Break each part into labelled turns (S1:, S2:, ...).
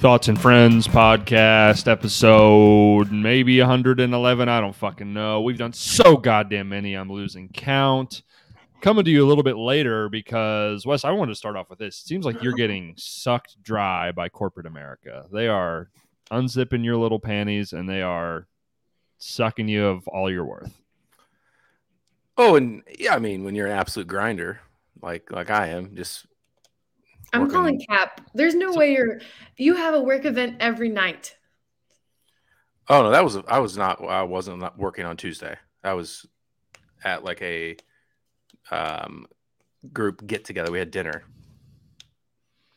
S1: Thoughts and Friends podcast episode, maybe 111. I don't fucking know. We've done so goddamn many. I'm losing count. Coming to you a little bit later because, Wes, I wanted to start off with this. It seems like you're getting sucked dry by corporate America. They are unzipping your little panties and they are sucking you of all your worth.
S2: Oh, and yeah, I mean, when you're an absolute grinder, like like I am, just
S3: I'm
S2: working-
S3: calling cap. There's no way you're you have a work event every night.
S2: Oh no, that was I was not I wasn't not working on Tuesday. I was at like a um group get together. We had dinner.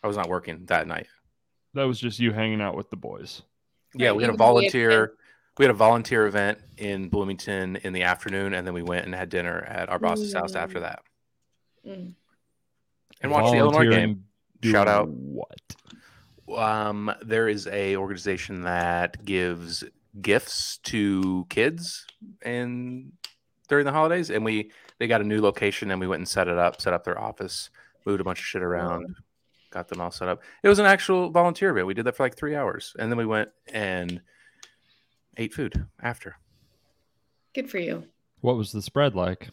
S2: I was not working that night.
S1: That was just you hanging out with the boys.
S2: Yeah,
S3: Right,
S2: we had a
S3: you would be at
S2: volunteer. We had a volunteer event in Bloomington in the afternoon, and then we went and had dinner at our boss's house after
S3: Mm.
S2: that,
S3: Mm.
S2: and watched the Illinois
S1: Volunteering
S2: game.
S1: doing
S2: Shout out.
S1: What?
S2: Um, there is a organization that gives gifts to kids and during the holidays, and we they got a new location, and we went and set it up, set up their office, moved a bunch of shit around, got them all set up. It was an actual volunteer event. We did that for like three hours, and then we went and ate food after.
S3: Good for you.
S1: What was the spread like?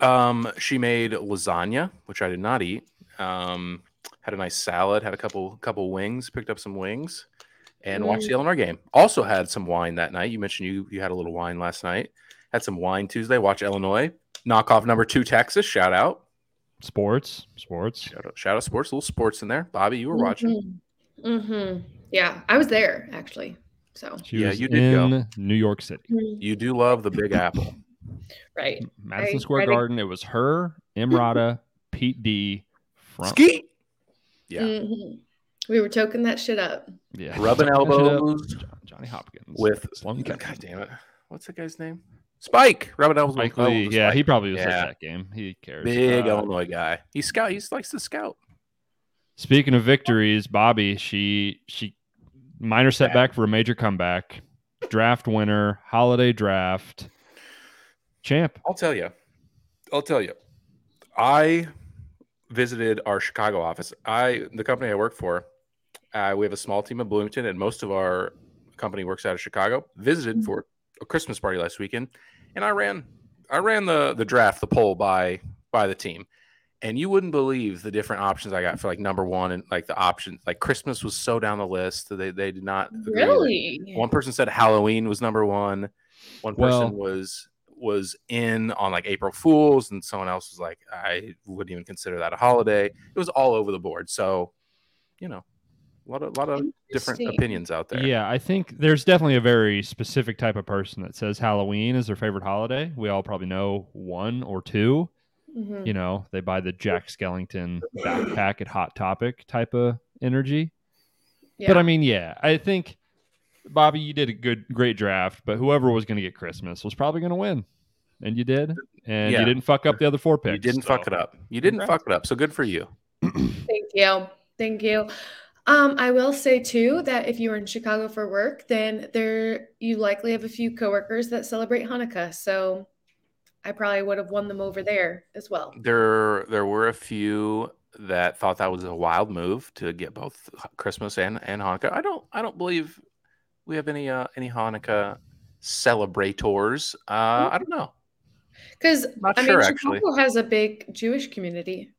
S2: Um, she made lasagna, which I did not eat. Um, had a nice salad, had a couple couple wings, picked up some wings, and watched the Illinois game. Also had some wine that night. You mentioned you you had a little wine last night. Had some wine Tuesday. Watch Illinois knock off number two Texas. Shout out,
S1: Sports, sports.
S2: shout out, shout out sports. A little sports in there. Bobby, you were watching.
S3: Mm-hmm. hmm Yeah, I was there actually. So
S1: She
S2: Yeah,
S1: was
S2: you did go.
S1: in New York City,
S2: You do love the Big Apple.
S3: right.
S1: Madison
S3: I-
S1: Square
S3: I think-
S1: Garden. It was her, Emrata, Pete D, front.
S2: Ski. Yeah,
S3: Mhm. We were choking that shit up.
S1: yeah,
S2: rubbing
S1: That shit up.
S2: elbows
S1: John- Johnny Hopkins
S2: with.
S1: Slum
S2: God
S1: Dunk.
S2: damn it! What's that guy's name? Spike. Rubbing elbows. with-
S1: Mike Lee.
S2: elbows with
S1: Yeah,
S2: Spike.
S1: he probably was
S2: Yeah.
S1: at that game. He cares.
S2: Big
S1: Uh,
S2: Illinois guy. He scout. He likes to scout.
S1: Speaking of victories, Bobby, she she minor setback for a major comeback, draft winner, holiday draft, champ.
S2: I'll tell you. I'll tell you. I visited our Chicago office. I the company I work for. Uh, we have a small team in Bloomington, and most of our company works out of Chicago. Visited for a Christmas party last weekend, and I ran. I ran the the draft, the poll by by the team, and you wouldn't believe the different options I got for like number one and like the options. Like Christmas was so down the list. They they did not agree with it.
S3: Really?
S2: One person said Halloween was number one. One person
S1: Well-
S2: was was in on like April Fools, and someone else was like, I wouldn't even consider that a holiday. It was all over the board. So, you know, a lot of lot of different
S3: Interesting.
S2: opinions out there.
S1: Yeah, I think there's definitely a very specific type of person that says Halloween is their favorite holiday. We all probably know one or two.
S3: Mhm.
S2: Hmm.
S1: You know, they buy the Jack Skellington backpack at Hot Topic type of energy.
S3: Yeah.
S1: But I mean, yeah, I think Bobby, you did a good, great draft. But whoever was going to get Christmas was probably going to win, and you did, and
S2: Yeah.
S1: you didn't fuck up the other four picks.
S2: you didn't
S1: so-
S2: fuck it up. You didn't
S1: Congrats.
S2: fuck it up. So good for you.
S3: Thank you. Thank you. Um, I will say too that if you're in Chicago for work, then there you likely have a few coworkers that celebrate Hanukkah. So I probably would have won them over there as well.
S2: Mm. There there were a few that thought that was a wild move to get both Christmas and and Hanukkah. I don't I don't believe we have any uh any Hanukkah celebrators. Uh, I don't know.
S3: Because
S2: Not
S3: I
S2: sure,
S3: mean,
S2: actually.
S3: Chicago has a big Jewish community.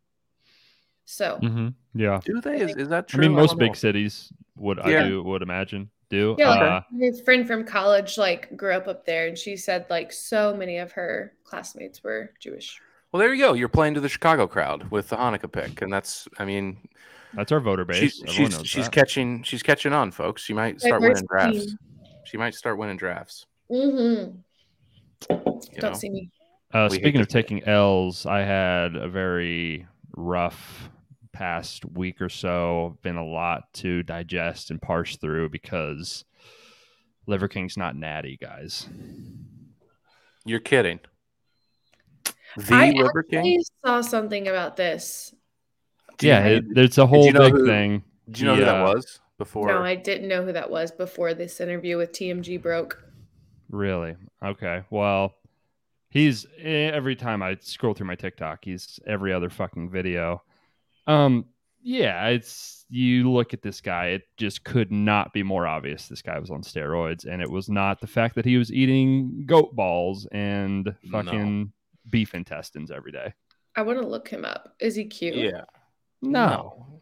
S3: So
S2: Mm.
S1: Mhm. Yeah,
S2: Do they? Is, is that true?
S1: I mean, most
S2: don't
S1: big
S2: know.
S1: cities would
S2: Yeah.
S1: I do would imagine do.
S3: yeah, like,
S1: Uh,
S3: my friend from college like grew up up there, and she said like so many of her classmates were Jewish.
S2: Well, there you go. You're playing to the Chicago crowd with the Hanukkah pick, and that's. I mean,
S1: that's our voter base.
S2: she's
S1: Everyone
S2: she's,
S1: knows
S2: she's
S1: that.
S2: catching she's catching on, folks. She might start winning drafts. She might start winning drafts.
S3: Mm-hmm.
S2: You
S3: Don't
S2: know?
S3: see me.
S1: Uh,
S2: We hate
S1: speaking
S2: to
S1: of
S2: see it.
S1: taking L's, I had a very rough past week or so. Been a lot to digest and parse through because Liver King's not natty, guys.
S2: You're kidding. The
S3: I
S2: Liver King.
S3: I saw something about this.
S2: Do
S1: yeah,
S2: you,
S1: it, it's a whole
S2: you know
S1: big
S2: who-
S1: thing.
S2: do you know who that
S1: yeah.
S2: was before?
S3: No, I didn't know who that was before this interview with TMG broke.
S1: Really? Okay. Well, he's eh, every time I scroll through my TikTok, he's every other fucking video. Um, yeah, it's you look at this guy, it just could not be more obvious. This guy was on steroids, and it was not the fact that he was eating goat balls and
S2: No.
S1: fucking beef intestines every day.
S3: I want to look him up. Is he cute?
S2: Yeah.
S1: No.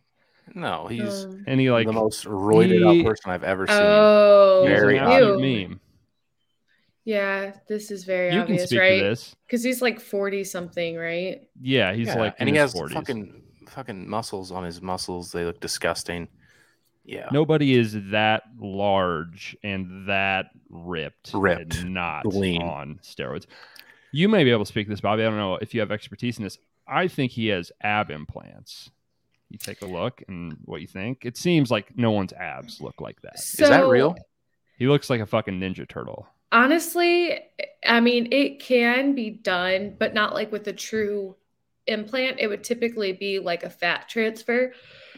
S2: No, he's
S3: Um,
S1: And he like
S2: the most roided
S1: he-
S2: up person I've ever seen.
S3: oh,
S1: he was
S2: very
S1: an
S2: odd.
S1: odd
S3: cute.
S1: meme.
S3: Yeah, this is very
S1: you
S3: obvious,
S1: can speak to
S3: right?
S1: this.
S3: Because he's like forty something, right?
S1: Yeah, he's
S2: Yeah,
S1: like
S2: and
S1: in
S2: he
S1: his
S2: has
S1: 40s.
S2: fucking fucking muscles on his muscles. They look disgusting. Yeah.
S1: Nobody is that large and that ripped,
S2: Ripped.
S1: and not
S2: Lean.
S1: on steroids. You may be able to speak to this, Bobby. I don't know if you have expertise in this. I think he has ab implants. You take a look and what you think. It seems like no one's abs look like that.
S3: So,
S2: Is that real?
S1: He looks like a fucking ninja turtle.
S3: Honestly, I mean, it can be done, but not like with a true implant. It would typically be like a fat transfer.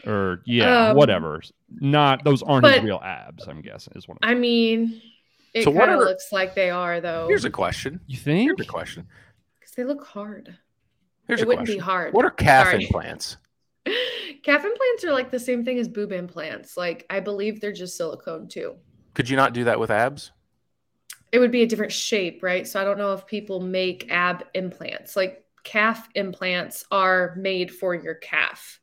S1: Or yeah,
S3: Um,
S1: whatever. Not those aren't his
S3: but-
S1: real abs, I'm guessing, is what I'm,
S3: I mean, it
S2: So what
S3: kind of
S2: are-
S3: looks like they are though,
S2: Here's a question.
S1: you think?
S2: Here's a question.
S3: because they look hard.
S2: Here's
S3: it
S2: a
S3: wouldn't
S2: question.
S3: be hard.
S2: What are calf
S3: Sorry.
S2: implants?
S3: Calf implants are like the same thing as boob implants. Like I believe they're just silicone too.
S2: Could you not do that with abs?
S3: It would be a different shape, right? So I don't know if people make ab implants. Like calf implants are made for your calf.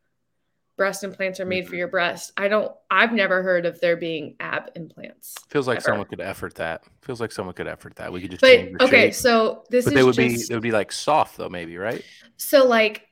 S3: Breast implants are
S2: Mm-hmm.
S3: made for your breast. I don't I've never heard of there being ab implants.
S2: Feels like
S3: Ever.
S2: someone could effort that. Feels like someone could effort that. We could just
S3: But
S2: change the
S3: okay,
S2: shape.
S3: so this
S2: But
S3: is
S2: they would be
S3: just
S2: they would be like soft though, maybe, right?
S3: So like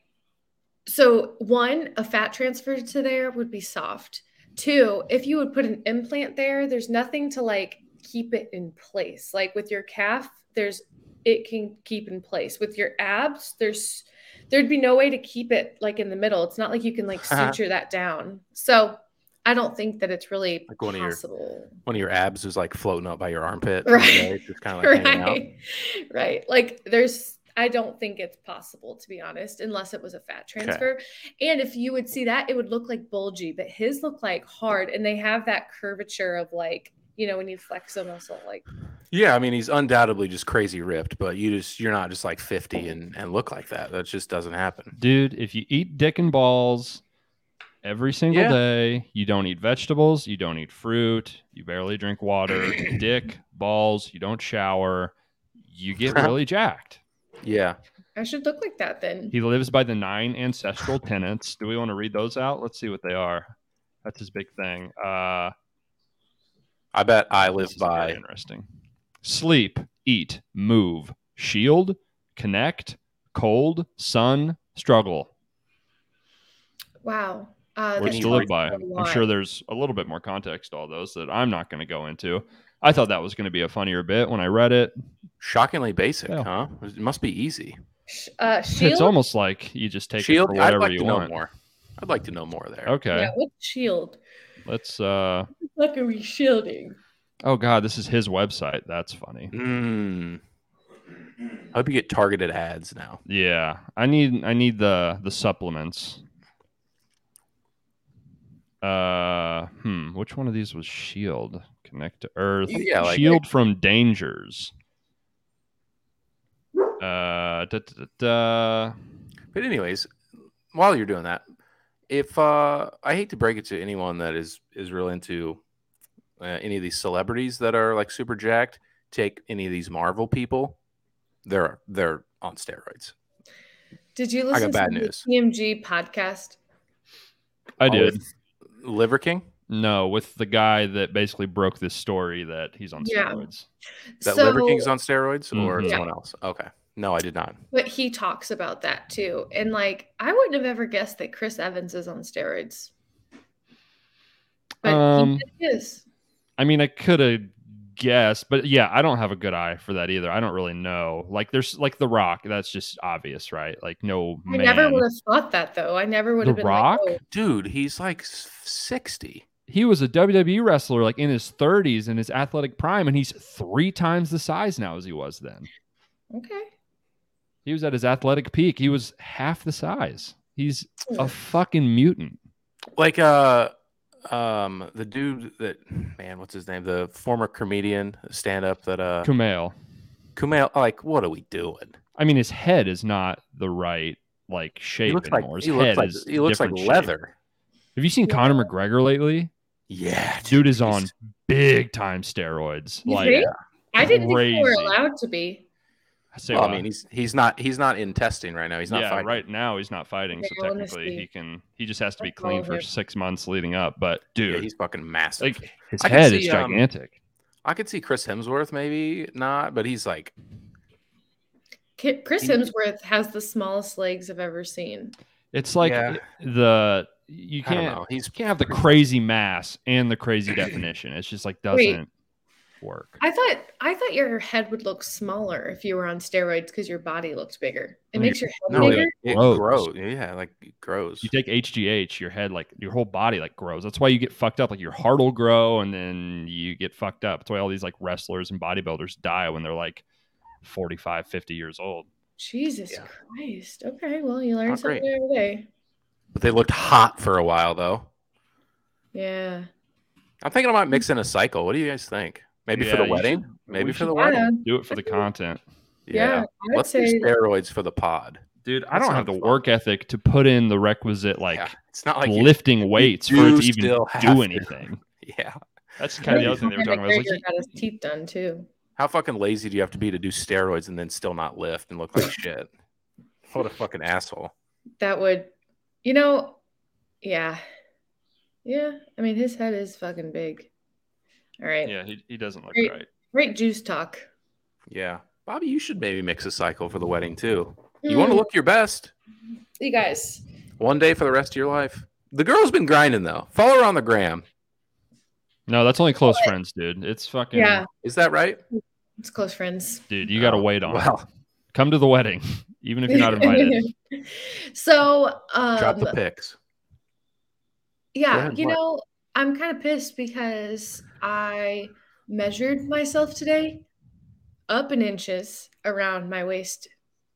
S3: so one, a fat transfer to there would be soft. Two, if you would put an implant there, there's nothing to like keep it in place. Like with your calf, there's it can keep in place. With your abs, there's there'd be no way to keep it like in the middle. It's not like you can like suture that down. So I don't think that it's really
S2: Like one of your-
S3: possible.
S2: One of your abs is like floating up by your armpit.
S3: Right.
S2: Okay, it's just kind of like hanging out.
S3: right. Right. Like there's I don't think it's possible to be honest, unless it was a fat transfer. And if you would see that, it would look like bulgy, but his look like hard and they have that curvature of like, you know, when you flex a muscle, like
S2: Yeah, I mean he's undoubtedly just crazy ripped, but you just you're not just like 50 and and look like that. That just doesn't happen.
S1: dude if you eat dick and balls every single
S2: Yeah.
S1: day you don't eat vegetables you don't eat fruit you barely drink water dick balls you don't shower you get really jacked
S2: Yeah.
S3: I should look like that then.
S1: he lives by the nine ancestral tenets do we want to read those out let's see what they are that's his big thing uh
S2: I bet I
S1: this
S2: live
S1: is very
S2: by
S1: interesting sleep eat move shield connect cold sun struggle
S3: wow. Uh
S2: Which
S1: which
S3: that's
S2: need
S1: to
S2: to
S1: live
S2: read
S1: by.
S3: a
S1: I'm
S3: lot.
S1: sure there's a little bit more context to all those that I'm not going to go into. I thought that was going to be a funnier bit when I read it.
S2: shockingly basic,
S1: Yeah.
S2: huh? It must be easy.
S3: sh- uh shield.
S1: It's almost like you just take
S2: Shield,
S1: it for
S2: I'd
S1: whatever
S2: like
S1: you
S2: to know
S1: want.
S2: more. I'd like to know more there.
S1: Okay,
S3: Yeah, what shield?
S1: let's. uh
S3: What the fuck are we shielding?
S1: Oh God, this is his website. That's funny.
S2: Mm. I hope you get targeted ads now.
S1: Yeah, I need I need the the supplements. Uh, hmm. Which one of these was Shield? E Connect to Earth.
S2: Yeah, like-
S1: Shield E from dangers. Uh, da, da, da, da.
S2: But anyways, while you're doing that, if uh, I hate to break it to anyone that is is real into uh, any of these celebrities that are like super jacked, take any of these Marvel people, they're they're on steroids.
S3: Did you
S2: got
S3: listen
S2: bad
S3: to
S2: news.
S3: the TMG podcast?
S1: I
S2: Oh,
S1: did.
S2: with Liver King,
S1: No, with the guy that basically broke this story that he's on
S3: Yeah.
S1: steroids.
S2: that
S3: so,
S2: Liver King's on steroids, or
S1: Mhm.
S2: someone else. Okay, no, I did not.
S3: But he talks about that too. And like, I wouldn't have ever guessed that Chris Evans is on steroids. But
S1: Um,
S3: he is.
S1: I mean, I could have guessed, but yeah, I don't have a good eye for that either. I don't really know. Like, there's like The Rock. That's just obvious, right? Like, no
S3: I
S1: man.
S3: never would have thought that though. I never would
S1: The
S3: have been
S1: Rock?
S3: like, "Oh,
S2: Dude, he's like s- sixty.
S1: he was a WWE wrestler like in his 30s in his athletic prime, and he's three times the size now as he was then.
S3: oh, okay.
S1: He was at his athletic peak. He was half the size. He's a fucking mutant.
S2: like uh um the dude that man what's his name the former comedian stand up that uh
S1: Kumail.
S2: kumail like what are we doing
S1: I mean, his head is not the right like shape
S2: he looks like
S1: anymore. His
S2: he looks
S1: head
S2: like
S1: is
S2: he looks like
S1: different shape.
S2: leather
S1: Have you seen
S3: Yeah.
S1: Conor McGregor lately?
S2: Yeah,
S1: Dude is
S2: he's-
S1: on big time steroids.
S3: You
S1: like
S3: think? I didn't think we
S1: Crazy.
S3: were allowed to be.
S1: I say,
S2: Well, I
S1: wow.
S2: mean, he's he's not he's not in testing right now. He's not
S1: uh, yeah,
S2: fighting.
S1: right now he's not fighting, so
S3: Yeah, I wanna
S1: technically he
S3: see.
S1: can. He just has to be
S3: That's all
S1: clean for
S3: here.
S1: six months leading up. But dude,
S2: Yeah, he's fucking massive.
S1: like his
S2: I can
S1: head is
S2: see, um,
S1: gigantic.
S2: I could see Chris Hemsworth maybe not, but he's like
S3: Ki- Chris
S2: He-
S3: Hemsworth has the smallest legs I've ever seen.
S1: it's like
S2: yeah.
S1: the you
S2: I don't
S1: can't
S2: know. He's
S1: you can't have the crazy mass and the crazy definition. It's just like doesn't
S3: Wait.
S1: work.
S3: I thought I thought your head would look smaller if you were on steroids because your body looks bigger. It
S1: No,
S3: makes your head
S2: no,
S3: bigger.
S2: it, it
S1: Grows.
S2: grows. Yeah, like it grows.
S1: you take HGH, your head like your whole body like grows. That's why you get fucked up. Like your heart will grow, and then you get fucked up. That's why all these like wrestlers and bodybuilders die when they're like 45, 50 years old.
S3: Jesus
S2: Yeah.
S3: Christ. Okay, well you learn
S2: Not
S3: something
S2: great.
S3: every day.
S2: But they looked hot for a while though.
S3: Yeah.
S2: I'm thinking about mixing a cycle. What do you guys think? Maybe
S1: Yeah,
S2: for the
S1: you
S2: wedding.
S1: should- we
S2: Maybe for
S1: should
S2: the
S3: Yeah,
S2: wedding.
S1: Do it for the content,
S3: yeah, I would
S2: Let's
S3: say
S2: do steroids for the pod.
S1: dude. I
S2: That
S1: don't have
S2: sounds
S1: the
S2: fun.
S1: work ethic to put in the requisite like
S2: yeah. It's not like you-
S1: lifting weights for
S2: do
S1: it to even
S2: still have
S1: do
S2: to.
S1: anything.
S2: yeah.
S1: That's kind of the other thing they were
S3: Conor
S1: talking about. It's
S3: McGregor
S1: like,
S3: got his teeth done too.
S2: How fucking lazy do you have to be to do steroids and then still not lift and look like shit? What a fucking asshole.
S3: That would you know, yeah. Yeah. I mean his head is fucking big. All right.
S1: yeah, he, he doesn't look
S3: Great.
S1: right.
S3: Great juice talk.
S2: Yeah. Bobby, you should maybe mix a cycle for the wedding too. You want to look your best
S3: Hmm, you guys.
S2: one day for the rest of your life. The girl's been grinding though. Follow her on the gram.
S1: No, that's only close friends, dude. It's fucking
S3: Yeah.
S2: Is that right?
S3: It's close friends.
S1: dude. You got to
S2: Oh,
S1: wait on. it.
S2: Well,
S1: Come to the wedding, even if you're not invited.
S3: so um
S2: drop the pics.
S3: Yeah,
S2: ahead,
S3: you
S2: what?
S3: know, I'm kind of pissed because I measured myself today up in inches around my waist.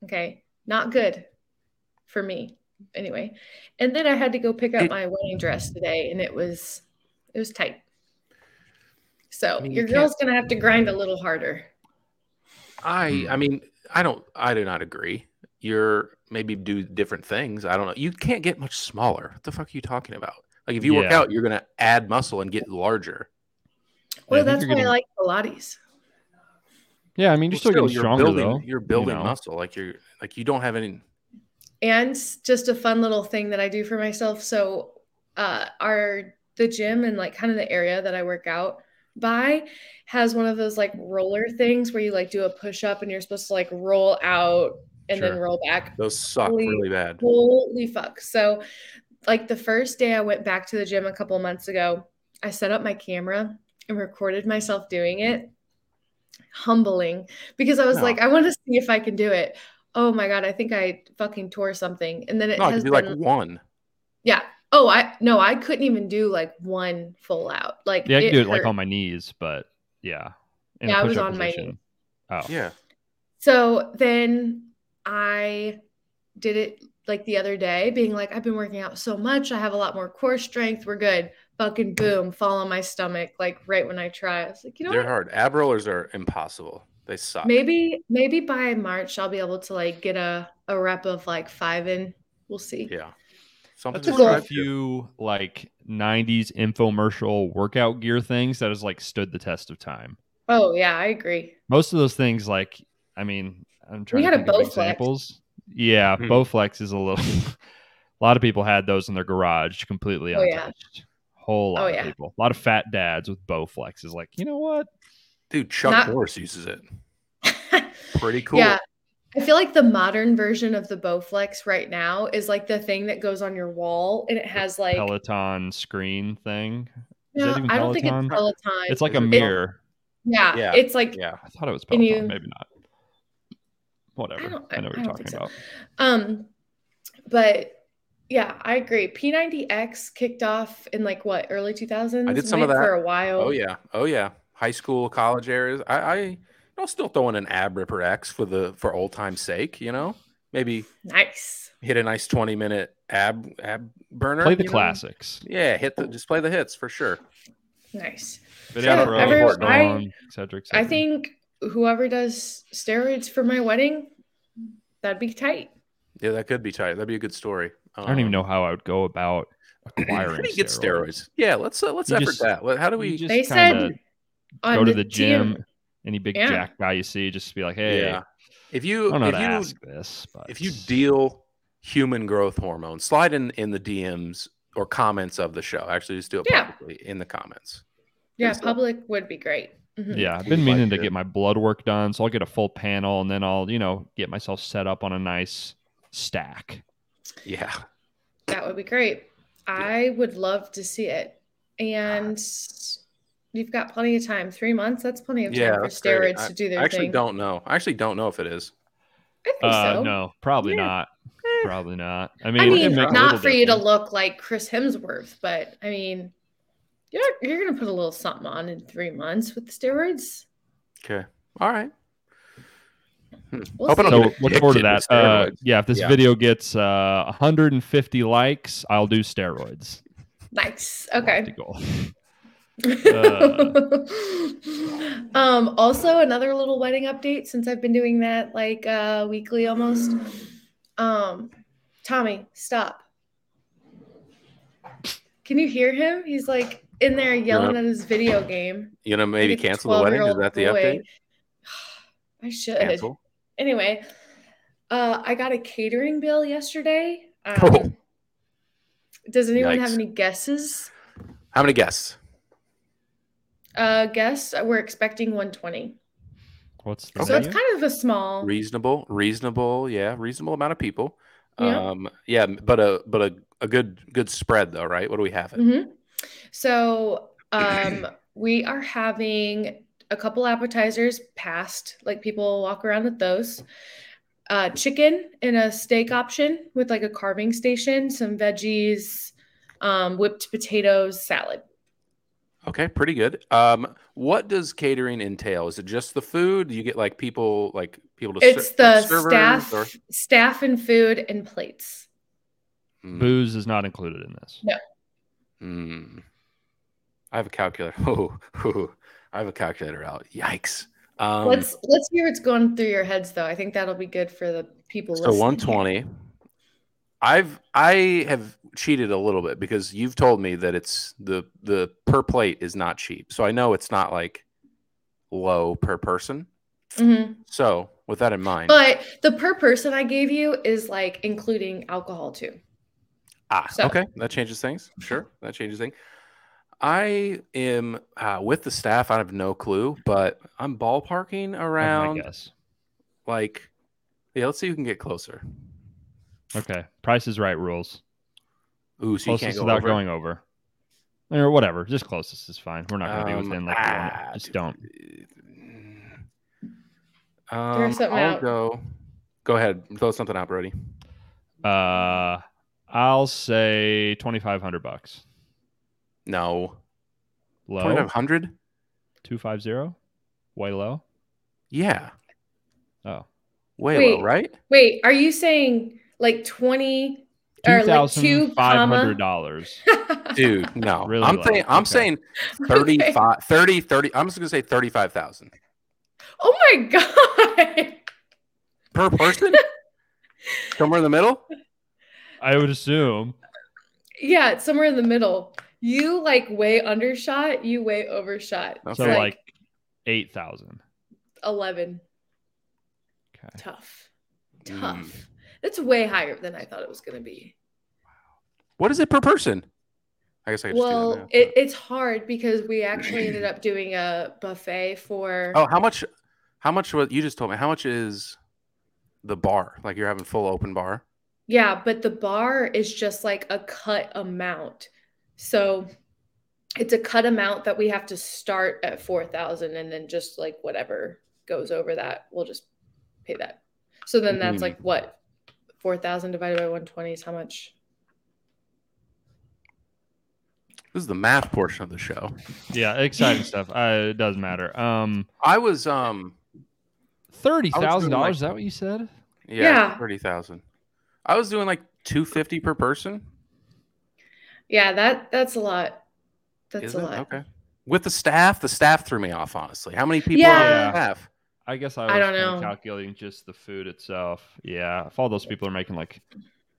S3: Okay, not good for me anyway. And then I had to go pick up
S2: It-
S3: my wedding dress today and it was it was tight. So
S2: I mean, you
S3: your
S2: can't-
S3: girl's gonna have to grind a little harder.
S2: I
S1: Hmm.
S2: I mean, I don't I do not agree. You're maybe do different things. I don't know. You can't get much smaller. What the fuck are you talking about? Like if you work
S1: Yeah.
S2: out, you're gonna add muscle and get larger.
S3: Well,
S1: think
S3: that's
S1: you're
S3: why
S1: getting-
S3: I like Pilates.
S1: Yeah, I mean, you're
S2: Well,
S1: still, getting
S2: you're
S1: stronger
S2: building,
S1: though.
S2: You're building
S1: know.
S2: muscle. Like you're like you don't have any
S3: and s- just a fun little thing that I do for myself. So, uh, our the gym and like kind of the area that I work out by has one of those like roller things where you like do a push up and you're supposed to like roll out and then
S2: Sure.
S3: roll back.
S2: those suck
S3: Holy-
S2: really bad.
S3: Holy fuck! So, like the first day I went back to the gym a couple months ago, I set up my camera and recorded myself doing it. Humbling because I was
S2: No.
S3: like, I want to see if I can do it. Oh my god, I think I fucking tore something. And then it
S2: No, I
S3: has
S2: could do like
S3: been
S2: one.
S3: yeah. Oh, I no, I couldn't even do like one full out. Like
S1: Yeah, I can do it like
S3: hurt.
S1: on my knees, but yeah. In
S3: Yeah,
S1: a
S3: I was
S1: push-up
S3: on my
S1: position.
S3: knees.
S1: Oh,
S2: Yeah.
S3: So then I did it like the other day, being like, I've been working out so much. I have a lot more core strength. We're good. Fucking boom, fall on my stomach. Like right when I try, I was like, you know
S2: They're
S3: what?
S2: hard. Ab rollers are impossible. They suck.
S3: Maybe maybe by March I'll be able to like get a a rep of like five in. We'll see.
S2: Yeah. Something
S1: that's
S2: to
S3: a
S1: one
S2: strive
S1: of
S2: to.
S1: the few like '90s infomercial workout gear things that has like stood the test of time.
S3: Oh yeah, I agree.
S1: Most of those things, like, I mean, I'm trying
S3: had
S1: to
S3: a
S1: think of
S3: Bowflex.
S1: examples. Yeah,
S2: Hmm.
S1: Bowflex is a little. a lot of people had those in their garage, completely
S3: Oh, yeah.
S1: untouched. Whole lot
S3: Oh,
S1: of
S3: yeah.
S1: people, a lot of fat dads with Bowflex is like, you know what?
S2: Dude, Chuck
S3: Not-
S2: Norris uses it. Pretty cool.
S3: Yeah. I feel like the modern version of the Bowflex right now is like the thing that goes on your wall and it has like
S1: Peloton screen thing. Is
S3: no,
S1: that even
S3: I don't think
S1: Peloton?
S3: it's Peloton.
S1: It's like a
S2: Is it-
S1: mirror.
S3: yeah,
S2: Yeah,
S3: it's like
S2: Yeah.
S1: I thought it was
S3: And
S1: Peloton,
S3: you-
S1: maybe not. Whatever. I,
S3: don't-
S1: know
S3: I-
S1: what
S3: I
S1: you're
S3: don't
S1: talking
S3: think so.
S1: about.
S3: um but yeah, I agree. P90X kicked off in like what early 2000s.
S2: I did some of
S3: went for
S2: that.
S3: a while.
S2: Oh yeah. Oh yeah. High school, college areas. I, I I'll still throw in an ab ripper X for the for old time's sake, you know? Maybe
S3: nice.
S2: hit a nice 20 minute ab ab burner.
S1: Play the
S2: you know?
S1: classics.
S2: Yeah, hit the just play the hits for sure.
S3: Nice.
S1: Video
S2: out
S1: Pro,
S2: every-
S1: Gordon
S3: I-
S1: Long, et cetera, et
S3: I
S1: cetera.
S3: think whoever does steroids for my wedding, that'd be tight.
S2: Yeah, that could be tight. That'd be a good story. Um,
S1: I don't even know how I would go about acquiring
S2: Pretty good
S1: steroids.
S2: steroids. Yeah, let's uh, let's
S1: You
S2: effort
S1: just-
S2: that. Well, How do
S1: You
S2: we?
S1: just
S3: They
S1: kinda
S3: said
S1: go
S3: on
S1: to the gym,
S3: TM
S1: any big
S3: Yeah.
S1: jack guy you see, just be like, hey,
S2: Yeah. If
S1: I
S2: you
S1: don't know
S2: if
S1: how
S2: you
S1: to ask this, but
S2: if you deal human growth hormone, slide in in the DMs or comments of the show. Actually, just do it
S3: Yeah.
S2: publicly in the comments.
S3: Yeah,
S2: So-
S3: public would be great. Mhm.
S1: Yeah, I've
S2: We'd
S1: been
S2: like
S1: meaning to
S2: to-
S1: get my blood work done, so I'll get a full panel and then I'll, you know, get myself set up on a nice stack.
S2: Yeah,
S3: That would be great. I would love to see it. And you've got plenty of time. Three months, that's plenty of time
S2: Yeah,
S3: for
S2: that's great.
S3: steroids to do
S2: I
S3: their
S2: actually
S3: thing.
S2: don't know. I actually don't know if it is.
S3: I think
S1: Uh,
S3: so. Eh.
S1: No, probably
S2: Yeah.
S1: not. Probably not. I mean,
S3: I
S1: it
S3: mean,
S1: make a
S3: not
S1: little
S3: for you to
S1: difference.
S3: look like Chris Hemsworth, but I mean, you're, you're going to put a little something on in three months with steroids.
S2: Okay. All right.
S3: We'll
S2: Hope I
S3: see.
S2: don't
S1: So
S2: get
S1: look forward to
S2: addicted
S1: that.
S2: to
S1: Uh,
S2: steroids.
S1: yeah, if this
S2: Yeah.
S1: video gets uh, 150 likes, I'll do steroids.
S3: Nice.
S1: Lofty
S3: Okay.
S1: goal. Uh.
S3: um also another little wedding update since i've been doing that like uh weekly almost um tommy stop can you hear him he's like in there yelling
S2: Yeah.
S3: at his video game
S2: You know, maybe
S3: Like a
S2: cancel the wedding. Is
S3: 12-year-old
S2: that the
S3: boy.
S2: update?
S3: i should
S2: Cancel.
S3: anyway uh i got a catering bill yesterday um,
S2: Oh.
S3: does anyone
S2: Yikes.
S3: have any guesses
S2: How many guests?
S3: uh guess we're expecting 120
S1: What's the
S2: Okay.
S3: So it's
S1: menu?
S3: kind of a small.
S2: Reasonable, reasonable, yeah, reasonable amount of people.
S3: Yeah.
S2: Um, yeah, but a but a, a good good spread though, right? What do we have? It?
S3: Mhm. So um, we are having a couple appetizers passed, like people walk around with those. Uh, chicken and a steak option with like a carving station, some veggies, um, whipped potatoes, salad. Mm-hmm.
S2: Okay, pretty good. Um, what does catering entail? Is it just the food? Do you get like people like people to ser-
S3: It's the
S2: like servers
S3: staff,
S2: or-
S3: staff and food and plates.
S2: Mm,
S1: Booze is not included in this.
S2: mm. I have a calculator. Oh, I have a calculator out. Yikes. Um,
S3: let's let's hear what's going through your heads, though. I think that'll be good for the people.
S2: So
S3: listening.
S2: 120. I've I have cheated a little bit because you've told me that it's the the per plate is not cheap. So I know it's not like low per person.
S3: Mhm.
S2: So with that in mind,
S3: But the per person I gave you is like including alcohol too.
S2: ah,
S3: so-
S2: okay, that changes things. Sure, that changes things. I am uh, with the staff. I have no clue, but I'm ballparking
S1: That's Oh my
S2: around
S1: guess.
S2: like yeah. Let's see who can get closer.
S1: Okay. Price is right rules.
S2: Ooh, so you can't
S1: closest
S2: go
S1: without
S2: over.
S1: going over. Or whatever. Just closest is fine. We're not going to
S2: Um,
S1: be within like
S2: ah,
S1: one. Just
S2: dude.
S1: don't.
S2: Um,
S3: something
S2: I'll
S3: out.
S2: go. Go ahead, throw something out, Brody.
S1: Uh, I'll say 2500 bucks.
S2: No, twenty
S1: Low.
S2: five hundred.
S1: 250? Way low?
S2: Yeah,
S1: Oh.
S2: way
S3: Wait.
S2: low, right?
S3: Wait, are you saying like 20 or like 2 comma?
S1: $2,500.
S2: Dude, no.
S1: Really
S2: I'm
S1: low.
S2: saying I'm
S1: Okay.
S2: saying 35, 30, 30. I'm just gonna say thirty five thousand
S3: Oh my god.
S2: per person. Somewhere in the middle.
S1: I would assume.
S3: Yeah, it's somewhere in the middle. You like way undershot, you way overshot.
S2: Okay.
S1: So
S3: It's
S1: like,
S2: Like-
S1: 8,000.
S3: 11.
S1: Okay.
S3: Tough.
S2: Mm.
S3: Tough. That's way higher than I thought it was going to be.
S2: What is it per person? I guess I could just do
S3: Well,
S2: that now.
S3: it, it's hard because we actually ended up doing a buffet for
S2: Oh, how much? How much was you just told me? How much is the bar? Like you're having full open bar.
S3: Yeah, but the bar is just like a cut amount. So it's a cut amount that we have to start at 4,000 and then just like whatever goes over that, we'll just pay that. So then that's
S2: Mhm.
S3: like what? 4,000 divided by 120 is how much?
S2: This is the math portion of the show.
S1: Yeah, exciting stuff. Uh, it doesn't matter. Um,
S2: I was um
S1: $30,000.
S2: like-
S1: is that what you said?
S2: yeah,
S3: Yeah.
S2: thirty thousand. I was doing like two fifty per person.
S3: Yeah, that that's a lot. That's
S2: Is
S3: a
S2: it?
S3: lot.
S2: Okay. With the staff, the staff threw me off. Honestly, how many people are on
S1: Yeah.
S2: the staff?
S1: I guess I was
S3: I don't
S1: kinda
S3: know.
S1: calculating just the food itself. Yeah, if all those people are making like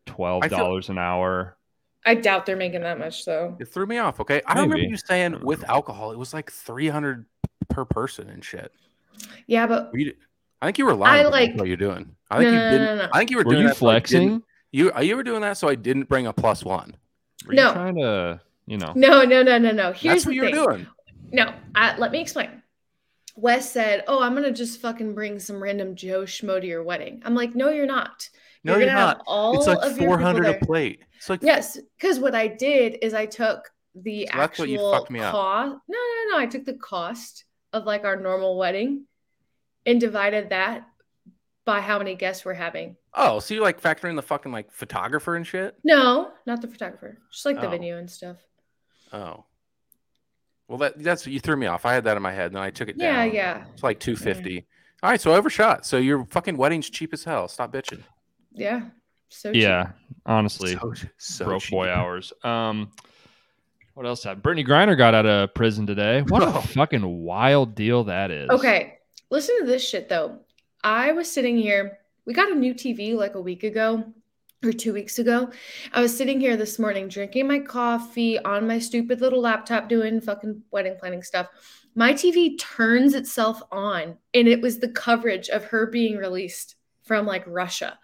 S1: twelve
S2: I feel-
S1: dollars an hour,
S3: I doubt they're making that much though.
S2: It threw me off. Okay, I remember
S1: Maybe.
S2: you saying with alcohol it was like three hundred per person and shit.
S3: Yeah, but
S2: Were you- I think you were lying.
S3: I
S2: about
S3: like-
S2: what you're doing. I think
S3: No,
S2: you
S3: no, no,
S2: didn't.
S3: no, no.
S2: I think you were,
S1: Were
S2: doing
S1: you
S2: that so I didn't-
S1: flexing?
S2: You uh, you were doing that, so I didn't bring a plus one.
S1: Were you
S3: No.
S1: trying to, you know,
S3: no, no, no, no, no. Here's
S2: That's what
S3: the
S2: you were
S3: thing.
S2: doing.
S3: No, I, let me explain. Wes said, "Oh, I'm gonna just fucking bring some random Joe schmo to your wedding." I'm like, "No, you're not.
S2: No,
S3: you're,
S2: you're,
S3: gonna
S2: not.
S3: Have all
S2: It's like
S3: of your
S2: four
S3: people
S2: hundred
S3: there.
S2: a plate. It's like
S3: Yes, because what I did is I took the
S2: So that's what you
S3: actual
S2: fucked me up.
S3: cost. No, no, no. I took the cost of like our normal wedding and divided that by how many guests we're having.
S2: oh, so you like factor in the fucking like photographer and shit.
S3: No, not the photographer, just like the
S2: Oh.
S3: venue and stuff.
S2: Oh. Well, that that's you threw me off. I had that in my head, and then I took it
S3: Yeah,
S2: down.
S3: yeah,
S2: It's like two fifty. All right, so I overshot. So your fucking wedding's cheap as hell. Stop bitching.
S3: yeah. So cheap.
S1: yeah, honestly,
S2: So, so
S1: broke
S2: cheap.
S1: boy hours. Um, what else happened? Brittany Griner got out of prison today. What
S2: Oh.
S1: a fucking wild deal that is.
S3: Okay, listen to this shit though. I was sitting here. We got a new TV like a week ago or two weeks ago. I was sitting here this morning drinking my coffee on my stupid little laptop doing fucking wedding planning stuff. My TV turns itself on and it was the coverage of her being released from like Russia.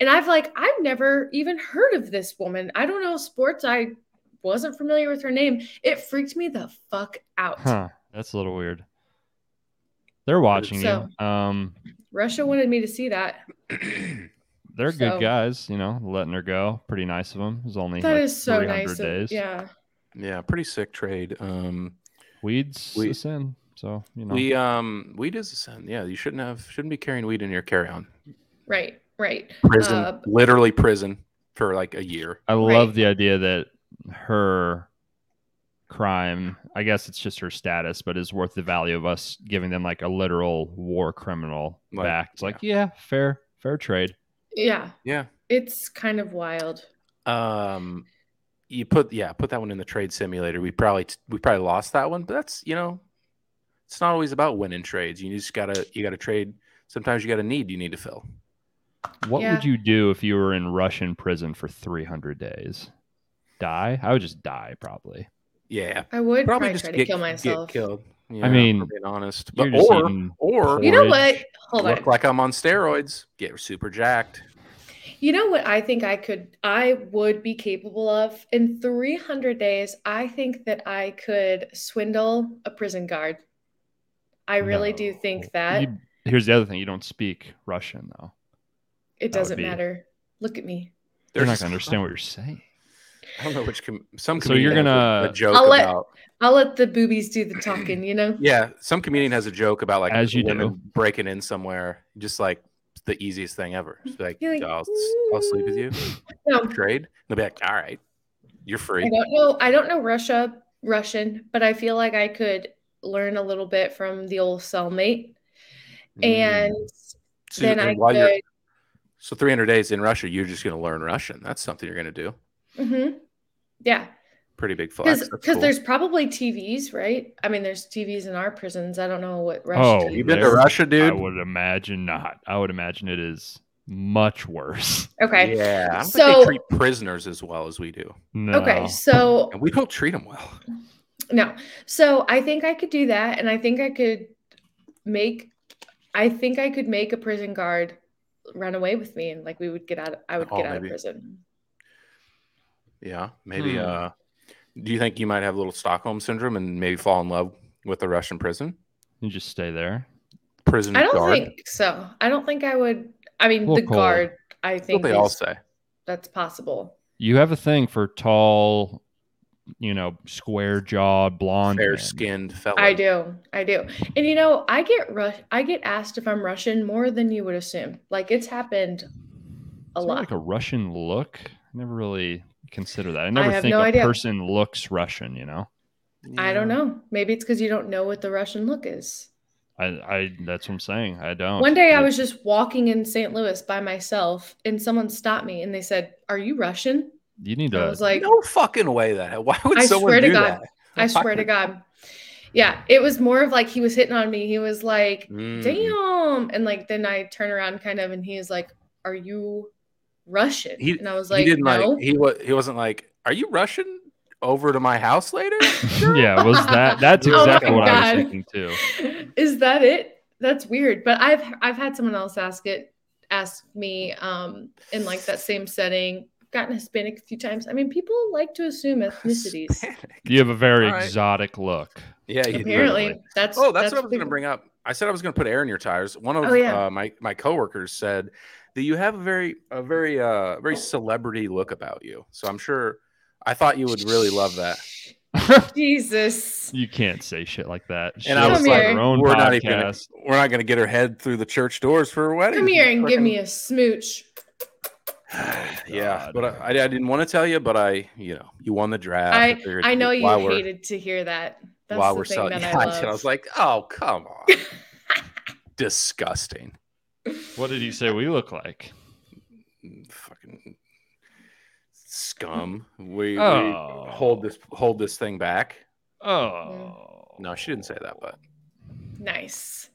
S3: And I've like I've never even heard of this woman. I don't know sports. I wasn't familiar with her name. It freaked me the fuck out.
S1: Huh. That's a little weird. They're watching you. Um,
S3: Russia wanted me to see that.
S1: they're
S3: So-
S1: good guys, you know, letting her go. Pretty nice of them. It was only
S3: That
S1: like
S3: is so
S1: 300
S3: nice. of-
S1: days.
S3: yeah.
S2: Yeah, pretty sick trade. Um,
S1: Weeds
S2: We-
S1: a sin. So, you know,
S2: we um, weed is a sin. Yeah, you shouldn't have shouldn't be carrying weed in your carry on.
S3: Uh, Right. Right.
S2: Prison,
S3: Uh,
S2: literally prison for like a year.
S1: I
S3: Right.
S1: love the idea that her crime, I guess it's just her status, but is worth the value of us giving them like a literal war criminal
S2: Like,
S1: back. It's like, yeah, fair, fair trade.
S3: Yeah.
S2: Yeah.
S3: It's kind of wild.
S2: Um, you put yeah, put that one in the trade simulator. We probably we probably lost that one, but that's you know, it's not always about winning trades. You just gotta you gotta trade. Sometimes you got a need you need to fill.
S1: What
S3: Yeah.
S1: would you do if you were in Russian prison for 300 days? Die? I would just die probably.
S2: Yeah,
S3: I would probably,
S2: probably just
S3: try to
S2: get,
S3: kill myself.
S2: get killed. you
S1: I
S2: know,
S1: mean,
S2: for being honest,
S1: You're
S2: but
S1: just
S2: or
S1: eating
S2: or
S3: You know
S1: porridge.
S3: what? Hold
S2: look
S3: on.
S2: like I'm on steroids, get super jacked.
S3: You know what I think I could I would be capable of in 300 days. I think that I could swindle a prison guard. I really do
S1: No.
S3: think that
S1: You- here's the other thing you don't speak Russian, though.
S3: it
S1: that would
S3: doesn't
S1: be-
S3: matter. Look at me.
S1: They're not
S2: There's-
S1: going to understand what you're saying.
S2: I don't know which com- some.
S1: So you're
S2: comedian has a-
S1: gonna-
S2: a joke
S3: I'll let-
S2: about
S3: I'll let the boobies do the talking, you know?
S2: yeah. Some comedian has a joke about like
S1: As you
S2: women
S1: do.
S2: breaking in somewhere, just like the easiest thing ever. Just be like,
S3: You're like,
S2: I'll, s- I'll sleep with you.
S3: No,
S2: Trade. They'll be like, all right, you're free.
S3: I don't know. I don't know Russia Russian, but I feel like I could learn a little bit from the old cellmate,
S2: Mm.
S3: and
S2: so,
S3: then
S2: and
S3: I
S2: while you're
S3: could.
S2: so 300 days in Russia, you're just gonna learn Russian. That's something you're gonna do.
S3: Mhm. Yeah,
S2: Pretty big flex.
S3: because
S2: Oh, That's cool.
S3: there's probably TVs, right? I mean, there's TVs in our prisons. I don't know what
S1: Oh,
S3: Russian.
S2: you been to
S1: there-
S2: Russia, dude?
S1: I would imagine not. I would imagine it is much worse.
S3: okay,
S2: Yeah, I don't think
S3: So-
S2: they treat prisoners as well as we do,
S1: No.
S3: okay. So
S2: and we don't treat them well.
S3: No. So I think I could do that. And I think I could make, I think I could make a prison guard run away with me and like we would get out, I would
S2: Oh,
S3: get out
S2: maybe.
S3: of prison.
S2: Yeah, maybe.
S1: Hmm.
S2: Uh, do you think you might have a little Stockholm syndrome and maybe fall in love with the Russian prison
S1: You just stay there.
S2: prison
S3: I don't
S2: guard?
S3: think so. I don't think I would. I mean,
S1: Well,
S3: the
S1: cool.
S3: guard, I
S2: That's what
S3: think
S2: they all
S3: is-
S2: say.
S3: that's possible.
S1: You have a thing for tall, you know, square jawed, blonde.
S2: Fair
S1: men.
S2: skinned fellow.
S3: I do. I do. And you know, I get rush, I get asked if I'm Russian more than you would assume. Like it's happened a
S1: Is there
S3: lot.
S1: like a Russian look. I never really consider that. I never
S3: have
S1: think
S3: no
S1: a
S3: idea.
S1: person looks Russian, you know?
S3: I don't
S2: Yeah.
S3: know. Maybe it's because you don't know what the Russian look is.
S1: I, I that's what I'm saying. I don't.
S3: One day I
S1: It-
S3: was just walking in St. Louis by myself and someone stopped me and they said, Are you Russian?
S1: you need
S3: I
S1: to
S3: was like,
S2: no fucking way that. Why would
S3: I
S2: someone
S3: swear to
S2: do
S3: God.
S2: that?
S3: I swear to God. Yeah, it was more of like he was hitting on me. He was like,
S2: Mm.
S3: Damn. And like then I turn around kind of and he was like, Are you Russian?
S2: He-
S3: and I was
S2: he
S3: like,
S2: didn't
S3: No.
S2: like. He was. He wasn't like. Are you rushing over to my house later?
S1: yeah, was that? That's
S3: Oh my
S1: exactly what I
S3: God.
S1: was thinking too.
S3: Is that it? That's weird. But I've I've had someone else ask it, ask me um, in like that same setting. I've gotten Hispanic a few times. I mean, people like to assume ethnicities.
S1: You have a very
S2: All right.
S1: exotic look.
S2: yeah, you do.
S3: Apparently, that's
S2: Oh, that's, what I was going to
S3: people-
S2: bring up. I said I was going to put air in your tires. One of
S3: Oh, yeah.
S2: uh, my my coworkers said that you have a very a very uh very celebrity look about you. So I'm sure I thought you would really love that.
S3: Jesus.
S1: You can't say shit like that.
S2: And I
S1: She's
S2: was
S1: on
S3: like,
S1: her own
S2: we're
S1: podcast.
S2: not even gonna, we're not going to get her head through the church doors for her wedding.
S3: Come here and give
S2: Frickin-
S3: me a smooch.
S2: yeah,
S1: Oh, God.
S2: but I, I didn't want to tell you, but I, you know, you won the draft.
S3: I
S2: figured
S3: I know you
S2: while we're-
S3: hated to hear that. That's
S2: while
S3: the
S2: we're
S3: thing
S2: selling.
S3: that
S2: Yeah,
S3: I
S2: I,
S3: love.
S2: did. I was like, oh come on, disgusting.
S1: What did he say we look like?
S2: fucking scum. We,
S1: Oh.
S2: we hold this hold this thing back.
S1: Oh.
S2: No, she didn't say that, but
S3: Nice.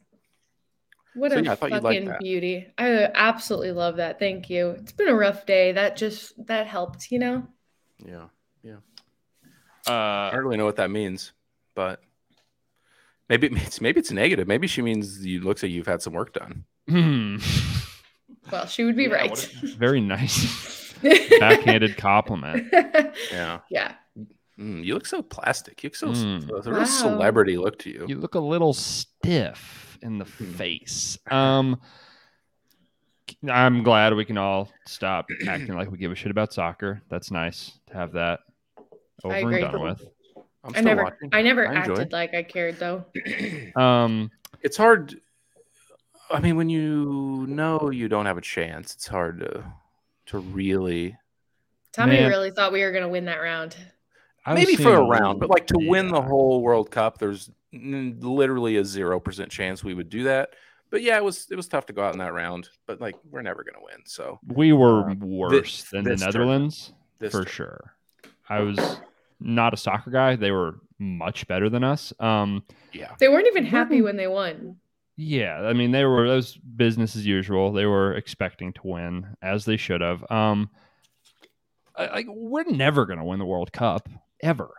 S3: What
S2: So,
S3: a
S2: yeah, I thought you'd
S3: fucking
S2: like that.
S3: beauty. I absolutely love that. Thank you. It's been a rough day. That just that helped, you know?
S2: yeah, I
S1: Uh,
S2: don't really know what that means. But maybe it means maybe it's negative. Maybe she means you looks like you've had some work done.
S1: hmm.
S3: Well, she would be
S2: Yeah,
S3: right.
S2: what
S1: Very nice. Backhanded compliment.
S2: Yeah,
S3: yeah.
S2: Mm, you look so plastic. You look so
S1: Mm.
S2: a real
S3: Wow.
S2: celebrity look to you.
S1: You look a little stiff in the
S2: Mhm.
S1: face. Um, I'm glad we can all stop acting like we give a shit about soccer. That's nice to have that over and
S3: agree.
S1: done with.
S2: I'm
S3: I
S2: still
S3: never
S2: watching.
S3: I never
S2: I enjoy.
S3: acted like I cared though.
S1: Um,
S2: it's hard. I mean, when you know you don't have a chance, it's hard to to really
S3: Tommy
S1: Man.
S3: really thought we were gonna win that round.
S1: I was
S2: maybe
S1: seeing
S2: for a
S1: little-
S2: round, but like to win the
S1: Yeah.
S2: whole World Cup, there's n- literally a zero percent chance we would do that. But yeah, it was it was tough to go out in that round. But like, we're never gonna win. So
S1: We were
S2: Uh,
S1: worse than
S2: this
S1: the
S2: turn.
S1: Netherlands
S2: this
S1: for
S2: tur-
S1: sure. I was not a soccer guy. They were much better than us. Um,
S2: yeah,
S3: They weren't even happy when they won.
S1: yeah, I mean they were those business as usual. They were expecting to win as they should have. Um, I, like we're never gonna win the World Cup ever.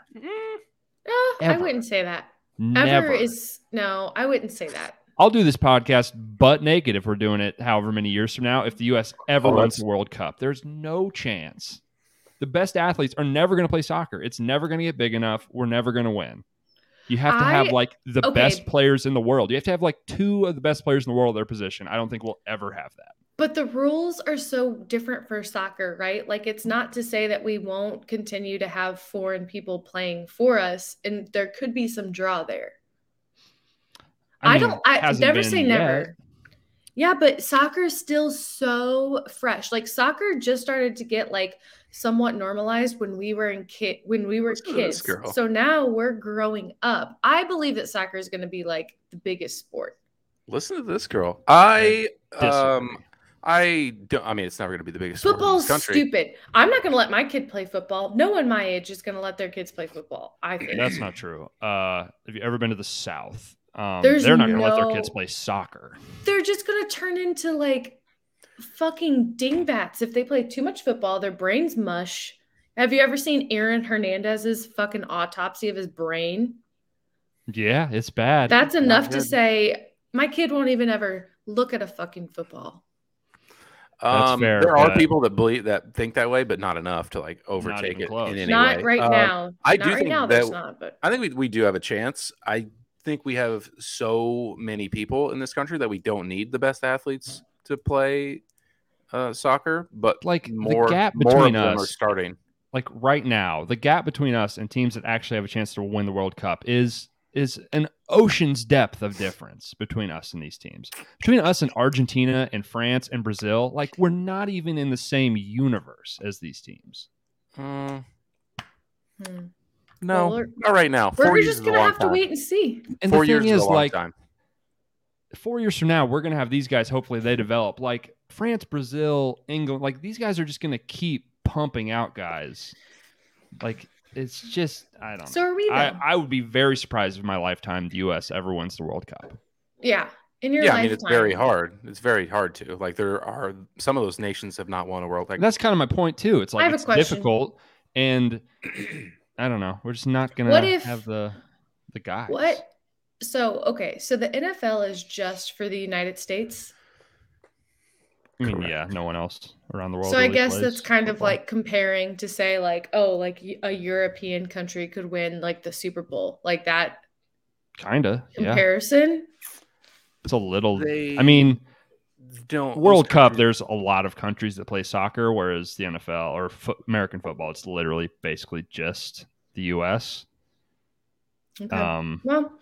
S3: Ah, I
S1: Ever.
S3: wouldn't say that.
S1: Never.
S3: Ever is no, I wouldn't say that.
S1: I'll do this podcast butt naked if we're doing it however many years from now. If the U.S. ever
S2: Oh,
S1: wins
S2: that's-
S1: the World Cup, there's no chance. The best athletes are never going to play soccer. It's never going to get big enough. We're never going to win. You have to
S3: I-
S1: have like the
S3: okay.
S1: best players in the world. You have to have like two of the best players in the world at their position. I don't think we'll ever have that.
S3: But the rules are so different for soccer, right? Like it's not to say that we won't continue to have foreign people playing for us, and there could be some draw there. I,
S1: mean,
S3: don't. I
S1: hasn't
S3: never
S1: been
S3: say
S1: yet.
S3: never. Yeah, but soccer is still so fresh. Like soccer just started to get like somewhat normalized when we were in kid when we were
S2: Listen to this
S3: kids.
S2: girl.
S3: So now we're growing up. I believe that soccer is going to be like the biggest sport.
S2: listen to this girl. I
S1: Disagree.
S2: um I don't. I mean, it's never gonna be the biggest sport in this
S3: Football's
S2: country.
S3: stupid. I'm not going to let my kid play football. No one my age is going to let their kids play football. I think
S1: That's not true. Uh, have you ever been to the South? Um,
S3: There's
S1: they're not going to let their
S3: no-
S1: kids play soccer.
S3: they're just going to turn into like fucking dingbats if they play too much football. Their brains mush. Have you ever seen Aaron Hernandez's fucking autopsy of his brain?
S1: Yeah, it's bad.
S3: That's enough to
S2: good.
S3: say my kid won't even ever look at a fucking football.
S1: That's
S2: Um,
S1: fair,
S2: there are
S1: but-
S2: people that believe that think that way, but not enough to like overtake
S1: even
S2: it
S1: close.
S2: in any
S3: not
S2: way.
S3: right
S2: Um,
S3: now.
S2: I
S3: not
S2: do
S3: right
S2: think
S3: now.
S2: that-
S3: There's not, but
S2: I think we, we do have a chance. I think we have so many people in this country that we don't need the best athletes to play uh, soccer, but
S1: like
S2: more
S1: the gap
S2: more of
S1: between
S2: them
S1: us
S2: are starting.
S1: like right now, the gap between us and teams that actually have a chance to win the World Cup is is an ocean's depth of difference between us and these teams. Between us and Argentina and France and Brazil, like we're not even in the same universe as these teams.
S2: Mm,
S3: hmm.
S2: no,
S3: Well, we're-
S2: not right now.
S3: we're,
S2: 4 years
S3: just
S2: is a
S3: gonna
S2: long
S3: have to
S2: time.
S3: wait and see.
S1: And
S2: Four
S1: the thing
S2: years
S1: is,
S2: is a long
S1: like
S2: time.
S1: four years from now, we're gonna have these guys. Hopefully, they develop like France, Brazil, England. Like these guys are just gonna keep pumping out guys. Like it's just I don't
S3: So
S1: know.
S3: are we? Though.
S1: I, I would be very surprised if in my lifetime the U.S. ever wins the World Cup.
S3: yeah, in your
S2: Yeah,
S3: lifetime.
S2: I mean it's very hard. It's very hard to like. There are some of those nations have not won a world. Like
S1: that's kind of my point too. It's
S3: I
S1: like
S3: have a
S1: it's
S3: question.
S1: difficult, And I don't know. We're just not gonna
S3: What if-
S1: have the the guys.
S3: What? So, okay. So the NFL is just for the United States.
S1: I mean,
S2: Correct.
S1: yeah, no one else around the world.
S3: so I
S1: really
S3: guess
S1: plays
S3: that's kind of
S1: football.
S3: like comparing to say like, oh, like y- a European country could win like the Super Bowl. Like that
S1: kinda. Yeah,
S3: comparison.
S1: it's a little.
S2: They
S1: I mean,
S2: don't
S1: World
S2: those
S1: Cup.
S2: countries-
S1: There's a lot of countries that play soccer, whereas the NFL or fo- American football, it's literally basically just the U.S.
S3: Okay.
S1: Um,
S3: well,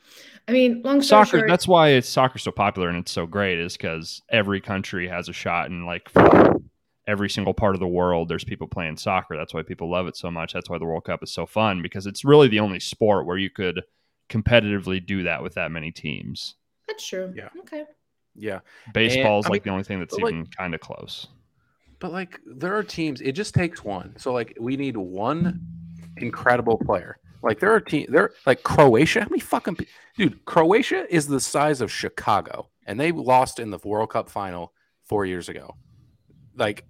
S3: I mean, long story
S1: soccer.
S3: short,
S1: That's why it's soccer so popular and it's so great is because every country has a shot and like every single part of the world. There's people playing soccer. That's why people love it so much. That's why the World Cup is so fun because it's really the only sport where you could competitively do that with that many teams.
S3: that's true.
S2: Yeah.
S3: Okay.
S2: yeah,
S1: Baseball's
S2: I
S1: like
S2: mean,
S1: the only thing that's
S2: but, like-
S1: even kind of close.
S2: but like there are teams. It just takes one. So like we need one incredible player. Like there are teams. There like Croatia. How many fucking pe- dude? Croatia is the size of Chicago, and they lost in the World Cup final four years ago. Like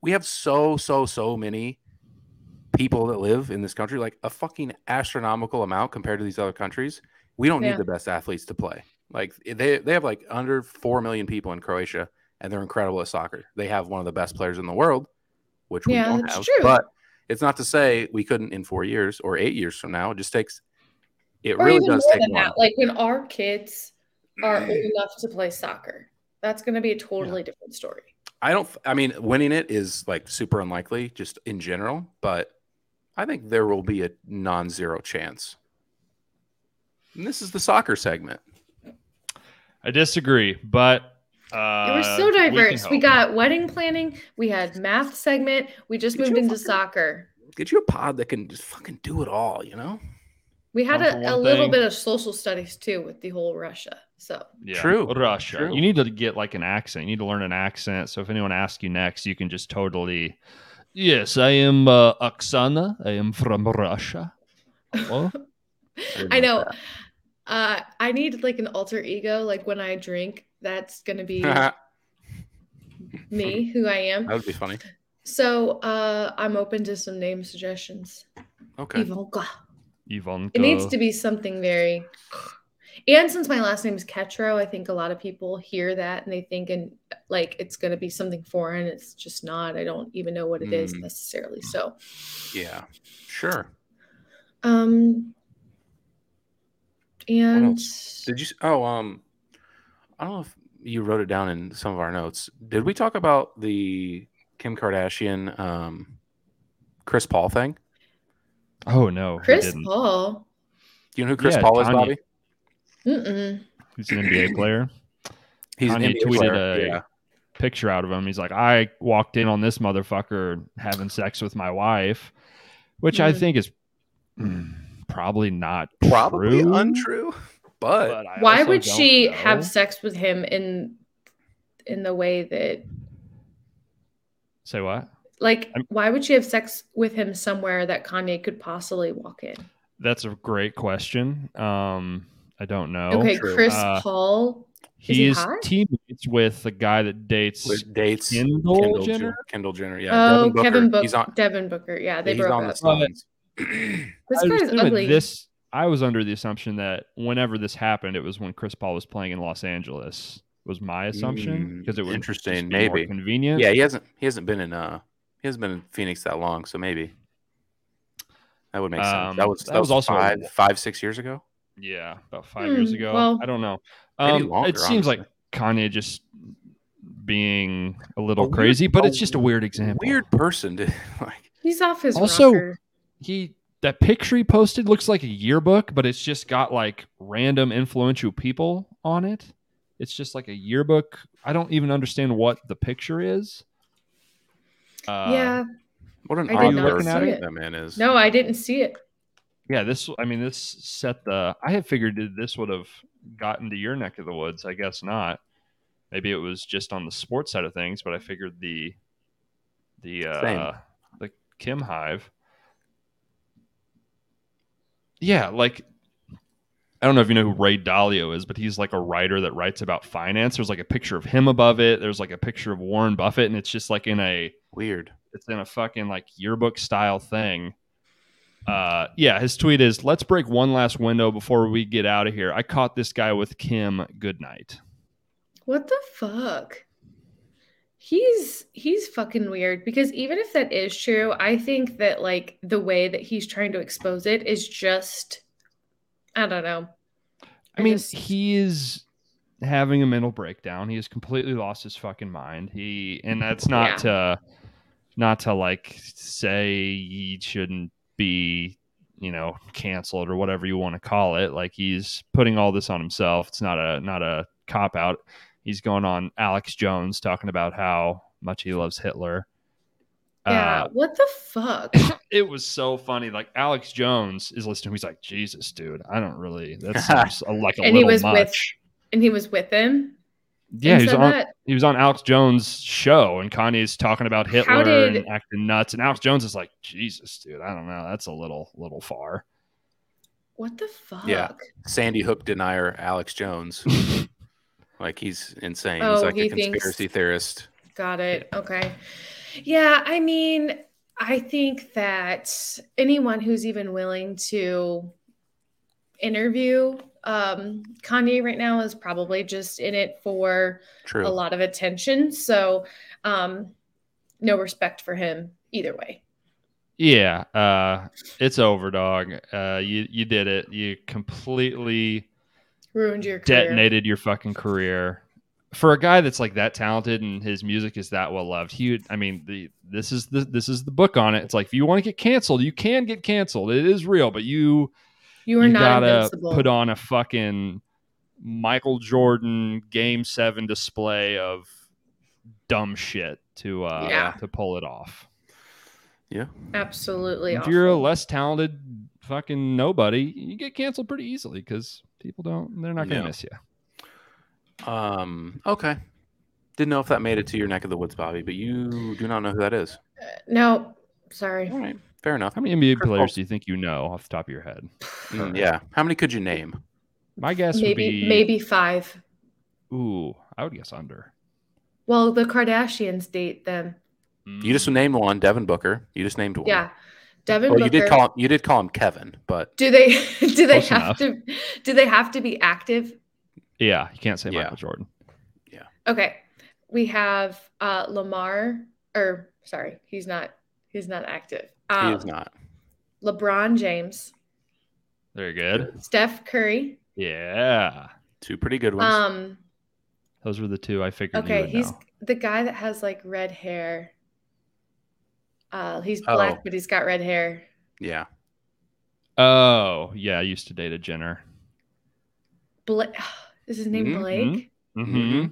S2: we have so so so many people that live in this country. Like a fucking astronomical amount compared to these other countries. We don't
S3: Yeah.
S2: need the best athletes to play. Like they they have like under four million people in Croatia, and they're incredible at soccer. They have one of the best players in the world, which we
S3: Yeah,
S2: don't
S3: that's
S2: have.
S3: true.
S2: But it's not to say we couldn't in four years or eight years from now. It just takes. It
S3: Or
S2: really
S3: even
S2: does
S3: more
S2: take
S3: than
S2: one.
S3: that, like when our kids are old enough to play soccer, that's going to be a totally different story.
S2: I don't. I mean, winning it is like super unlikely, just in general. But I think there will be a non-zero chance. And this is the soccer segment.
S1: I disagree, but
S3: It
S1: uh,
S3: was so
S1: can
S3: diverse. We,
S1: hope.
S3: got wedding planning, we had math segment, we just
S2: Did
S3: moved
S2: you
S3: into
S2: fucking-
S3: soccer.
S2: Get you a pod that can just fucking do it all. You know.
S3: We had
S1: One for
S3: a,
S1: one
S3: a little
S1: thing.
S3: bit of social studies too with the whole Russia. So
S1: Yeah.
S2: True.
S1: Russia.
S2: True.
S1: You need to get like an accent. You need to learn an accent. So if anyone asks you next, you can just totally. Yes, I am uh, Oksana. I am from Russia. Hello?
S3: I know. Uh, I need like an alter ego. Like when I drink, that's going to be
S2: that
S3: me, who I
S1: Oh.
S3: am.
S2: would be funny.
S3: So uh, I'm open to some name suggestions.
S2: Okay.
S3: Ivanka.
S1: Ivanka.
S3: It needs to be something very. And since my last name is Ketro, I think a lot of people hear that and they think and like it's going to be something foreign. It's just not. I don't even know what it is
S1: Hmm.
S2: Mm.
S3: necessarily. So,
S2: Yeah. Sure.
S3: um, and
S2: Did you? s- Oh, um, I don't know if you wrote it down in some of our notes. Did we talk about the Kim Kardashian, um, Chris Paul thing?
S1: Oh, no. we
S3: Chris
S1: didn't.
S3: Paul,
S2: Do you know who Chris
S1: Yeah,
S2: Paul is,
S1: Kanye.
S2: Bobby?
S3: Mm-mm.
S1: He's an NBA player.
S2: He's
S1: Kanye tweeted a-
S2: yeah.
S1: Picture out of him. He's like, I walked in on this motherfucker having sex with my wife, which I
S3: Mhm.
S1: think is mm, probably not
S2: probably
S1: true,
S2: untrue, but,
S1: but I
S3: why
S1: also
S3: would
S1: don't
S3: she
S1: know.
S3: have sex with him in in the way that
S1: Say what?
S3: like
S1: I'm-
S3: why would she have sex with him somewhere that Kanye could possibly walk in?
S1: That's a great question. Um, I don't know.
S3: okay,
S2: true.
S3: Chris
S1: Uh,
S3: Paul. Is he
S1: He is
S3: hot?
S1: teammates with the guy that dates
S2: with dates
S1: Kendall,
S2: Kendall
S1: Jenner.
S2: Jenner. Kendall Jenner. Yeah.
S3: oh, Kevin Booker.
S2: He's on.
S3: Devin Booker. Yeah, they
S2: he's
S3: broke
S2: on
S3: up.
S2: the Suns.
S3: This
S1: I was
S3: guy is
S1: thinking
S3: ugly.
S1: This I was under the assumption that whenever this happened, it was when Chris Paul was playing in Los Angeles. Was my assumption
S2: Mm,
S1: because it was
S2: interesting,
S1: more
S2: maybe.
S1: convenient.
S2: yeah, he hasn't. He hasn't been in. Uh, he hasn't been in Phoenix that long, so maybe that would make sense. That
S1: Um,
S2: was that, was, also five, five, six years ago.
S1: yeah, about five years
S3: Hmm,
S1: ago.
S3: well-
S1: I don't know.
S2: Maybe
S1: Um,
S2: longer,
S1: it seems
S2: honestly.
S1: like Kanye just being a little
S2: weird-
S1: crazy, but
S2: a
S1: it's just a weird example.
S2: Weird person to like.
S3: He's off his
S1: Also-
S3: rocker.
S1: he that picture he posted looks like a yearbook, but it's just got like random influential people on it. It's just like a yearbook. I don't even understand what the picture is. Uh,
S3: yeah.
S2: What an
S3: I did
S2: odd
S1: not
S2: person
S3: see it.
S2: that man is.
S3: No, I didn't see it.
S1: yeah. This, I mean, this set the. I had figured that this would have gotten to your neck of the woods. I guess not. Maybe it was just on the sports side of things, but I figured the, the uh,
S2: Same.
S1: the Kim Hive. Yeah, like I don't know if you know who Ray Dalio is, but he's like a writer that writes about finance. There's like a picture of him above it. There's like a picture of Warren Buffett, and it's just like in a
S2: weird.
S1: it's in a fucking like yearbook style thing. uh, yeah, his tweet is let's break one last window before we get out of here. I caught this guy with Kim. Good night.
S3: What the fuck? He's he's fucking weird because even if that is true, I think that like the way that he's trying to expose it is just I don't know.
S1: I,
S3: I
S1: mean,
S3: just-
S1: he is having a mental breakdown. He has completely lost his fucking mind. He and that's not
S3: Yeah.
S1: to not to like say he shouldn't be, you know, canceled or whatever you want to call it. Like he's putting all this on himself. It's not a not a cop out. He's going on Alex Jones talking about how much he loves Hitler.
S3: Yeah,
S1: Uh,
S3: what the fuck?
S1: it was so funny. Like Alex Jones is listening. He's like, Jesus, dude, I don't really. That seems a- like a
S3: And he
S1: little
S3: was with-
S1: much.
S3: And he was with him.
S1: yeah,
S3: and
S1: he was
S3: said
S1: on.
S3: that.
S1: He was on Alex Jones' show, and Kanye's talking about
S3: How
S1: Hitler
S3: did-
S1: and acting nuts. And Alex Jones is like, Jesus, dude, I don't know. That's a little, little far.
S3: What the fuck?
S2: Yeah. Sandy Hook denier Alex Jones. like he's insane.
S3: Oh,
S2: he's like
S3: he
S2: a
S3: thinks-
S2: conspiracy theorist.
S3: Got it. Okay. Yeah, I mean, I think that anyone who's even willing to interview um, Kanye right now is probably just in it for
S2: True.
S3: a lot of attention. So, um, no respect for him either way.
S1: Yeah, uh, it's over, dog. Uh, you you did it. You completely
S3: Ruined your career.
S1: detonated your fucking career for a guy that's like that talented and his music is that well loved he would, i mean the this is the this is the book on it it's like if you want to get canceled you can get canceled it is real but you
S3: You are
S1: you
S3: not
S1: gotta
S3: invincible.
S1: put on a fucking michael jordan game seven display of dumb shit to uh
S3: Yeah.
S1: to pull it off
S3: Absolutely.
S1: if you're a
S3: awful.
S1: less talented fucking nobody you get canceled pretty easily because people don't they're not gonna
S2: Yeah.
S1: miss you
S2: Um. Okay. Didn't know if that made it to your neck of the woods, Bobby, but you do not know who that is.
S3: no, sorry.
S2: All right. Fair enough.
S1: how many nba
S2: Chris
S1: players
S2: Paul.
S1: do you think you know off the top of your head
S2: Mm, yeah. How many could you name?
S1: My guess would
S3: Maybe
S1: be
S3: maybe five.
S1: Ooh, I would guess under.
S3: Well, the Kardashians date them.
S2: You just named one, Devin Booker. You just named one.
S3: Yeah, Devin
S2: Well,
S3: Booker.
S2: you did call him, you did call him Kevin, but
S3: do they do they
S1: Close
S3: have to do they have to be active?
S1: Mm, yeah, you can't say
S2: Yeah.
S1: Michael Jordan.
S3: Okay, we have uh, Lamar. Or sorry, he's not. He's not active.
S2: he
S3: Um,
S2: is not.
S3: LeBron James,
S1: Very good.
S3: Steph Curry.
S1: Yeah,
S2: Two pretty good ones.
S3: Um.
S1: those were the two I figured. you
S3: Okay,
S1: would
S3: he's
S1: know.
S3: the guy that has like red hair. Uh, he's
S2: Oh.
S3: black, but he's got red hair.
S2: yeah.
S1: Oh yeah, I used to date a Jenner.
S3: Blake. Is his name
S2: Mhm.
S3: Blake?
S1: Mm-hmm.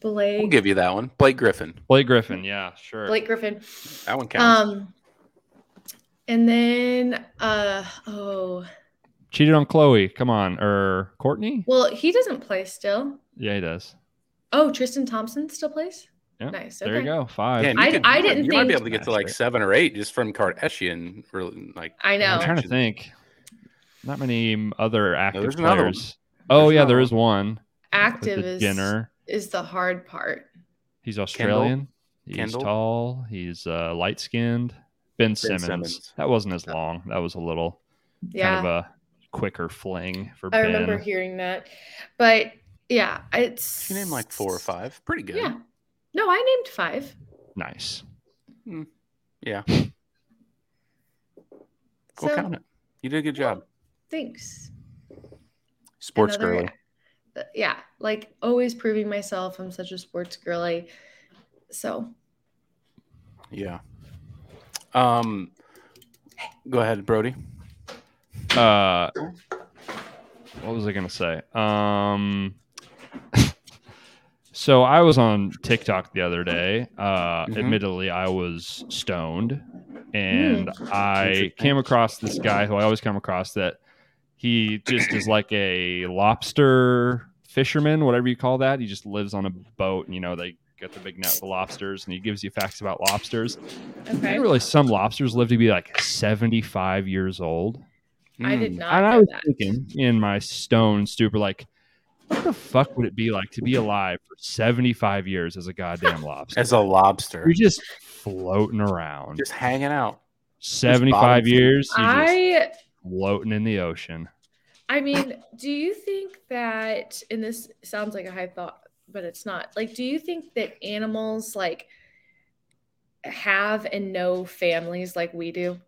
S3: Blake.
S2: We'll give you that one. Blake Griffin.
S1: Blake Griffin. Yeah, sure.
S3: Blake Griffin.
S2: That one counts.
S3: Um, and then uh oh
S1: Cheated on Chloe. Come on, or Courtney?
S3: well he doesn't play still.
S1: Yeah, he does.
S3: Oh, Tristan Thompson still plays.
S1: Yeah,
S3: Nice. Okay.
S1: There you go. Five.
S2: Damn, you
S3: I-
S2: could-
S3: Um, I
S2: you might-
S3: didn't
S2: You might be
S3: think-
S2: able to get to like seven or eight just from Kardashian. Really, like
S3: I
S1: I'm
S3: know.
S1: trying to think. Not many other active
S2: there's another one.
S1: players. Oh
S2: There's
S1: yeah,
S2: another
S1: there
S2: one.
S1: is one. With the
S3: Active is
S1: Jenner.
S3: is the hard part.
S1: He's Australian. He's
S2: Kendall?
S1: tall. He's uh, light skinned. Ben Simmons.
S2: Simmons.
S1: That wasn't as long. That was a little
S3: Yeah.
S1: kind of a quicker fling for
S3: I
S1: Ben.
S3: remember hearing that. But yeah, it's
S2: you name like four or five. Pretty good.
S3: Yeah. No, I named five.
S1: Nice.
S2: Yeah. We'll
S3: So
S2: count it. You did a good job.
S3: thanks.
S2: Sports
S3: Another- Uh,
S2: girly.
S3: Yeah, like always proving myself. I'm such a sports girly. So
S2: Yeah. Um, go ahead, Brody.
S1: Uh, what was I gonna say? Um, so I was on TikTok the other day. Uh,
S2: Mhm.
S1: Admittedly, I was stoned, and I
S2: Interesting.
S1: came across this guy who I always come across that he just is like a lobster fisherman, whatever you call that. He just lives on a boat, and you know they got the big net for lobsters, and he gives you facts about lobsters. I
S3: okay.
S1: didn't realize some lobsters live to be like 75 years old.
S3: I did
S2: Mm,
S3: not
S1: And
S3: know
S1: I was
S3: that.
S1: thinking in my stone stupor, like, what the fuck would it be like to be alive for 75 years as a goddamn lobster?
S2: As a lobster,
S1: You're just floating around.
S2: just hanging out.
S1: 75 years you're just
S3: I
S1: floating in the ocean.
S3: I mean, do you think that and this sounds like a high thought, but it's not. Like, do you think that animals like have and know families like we do?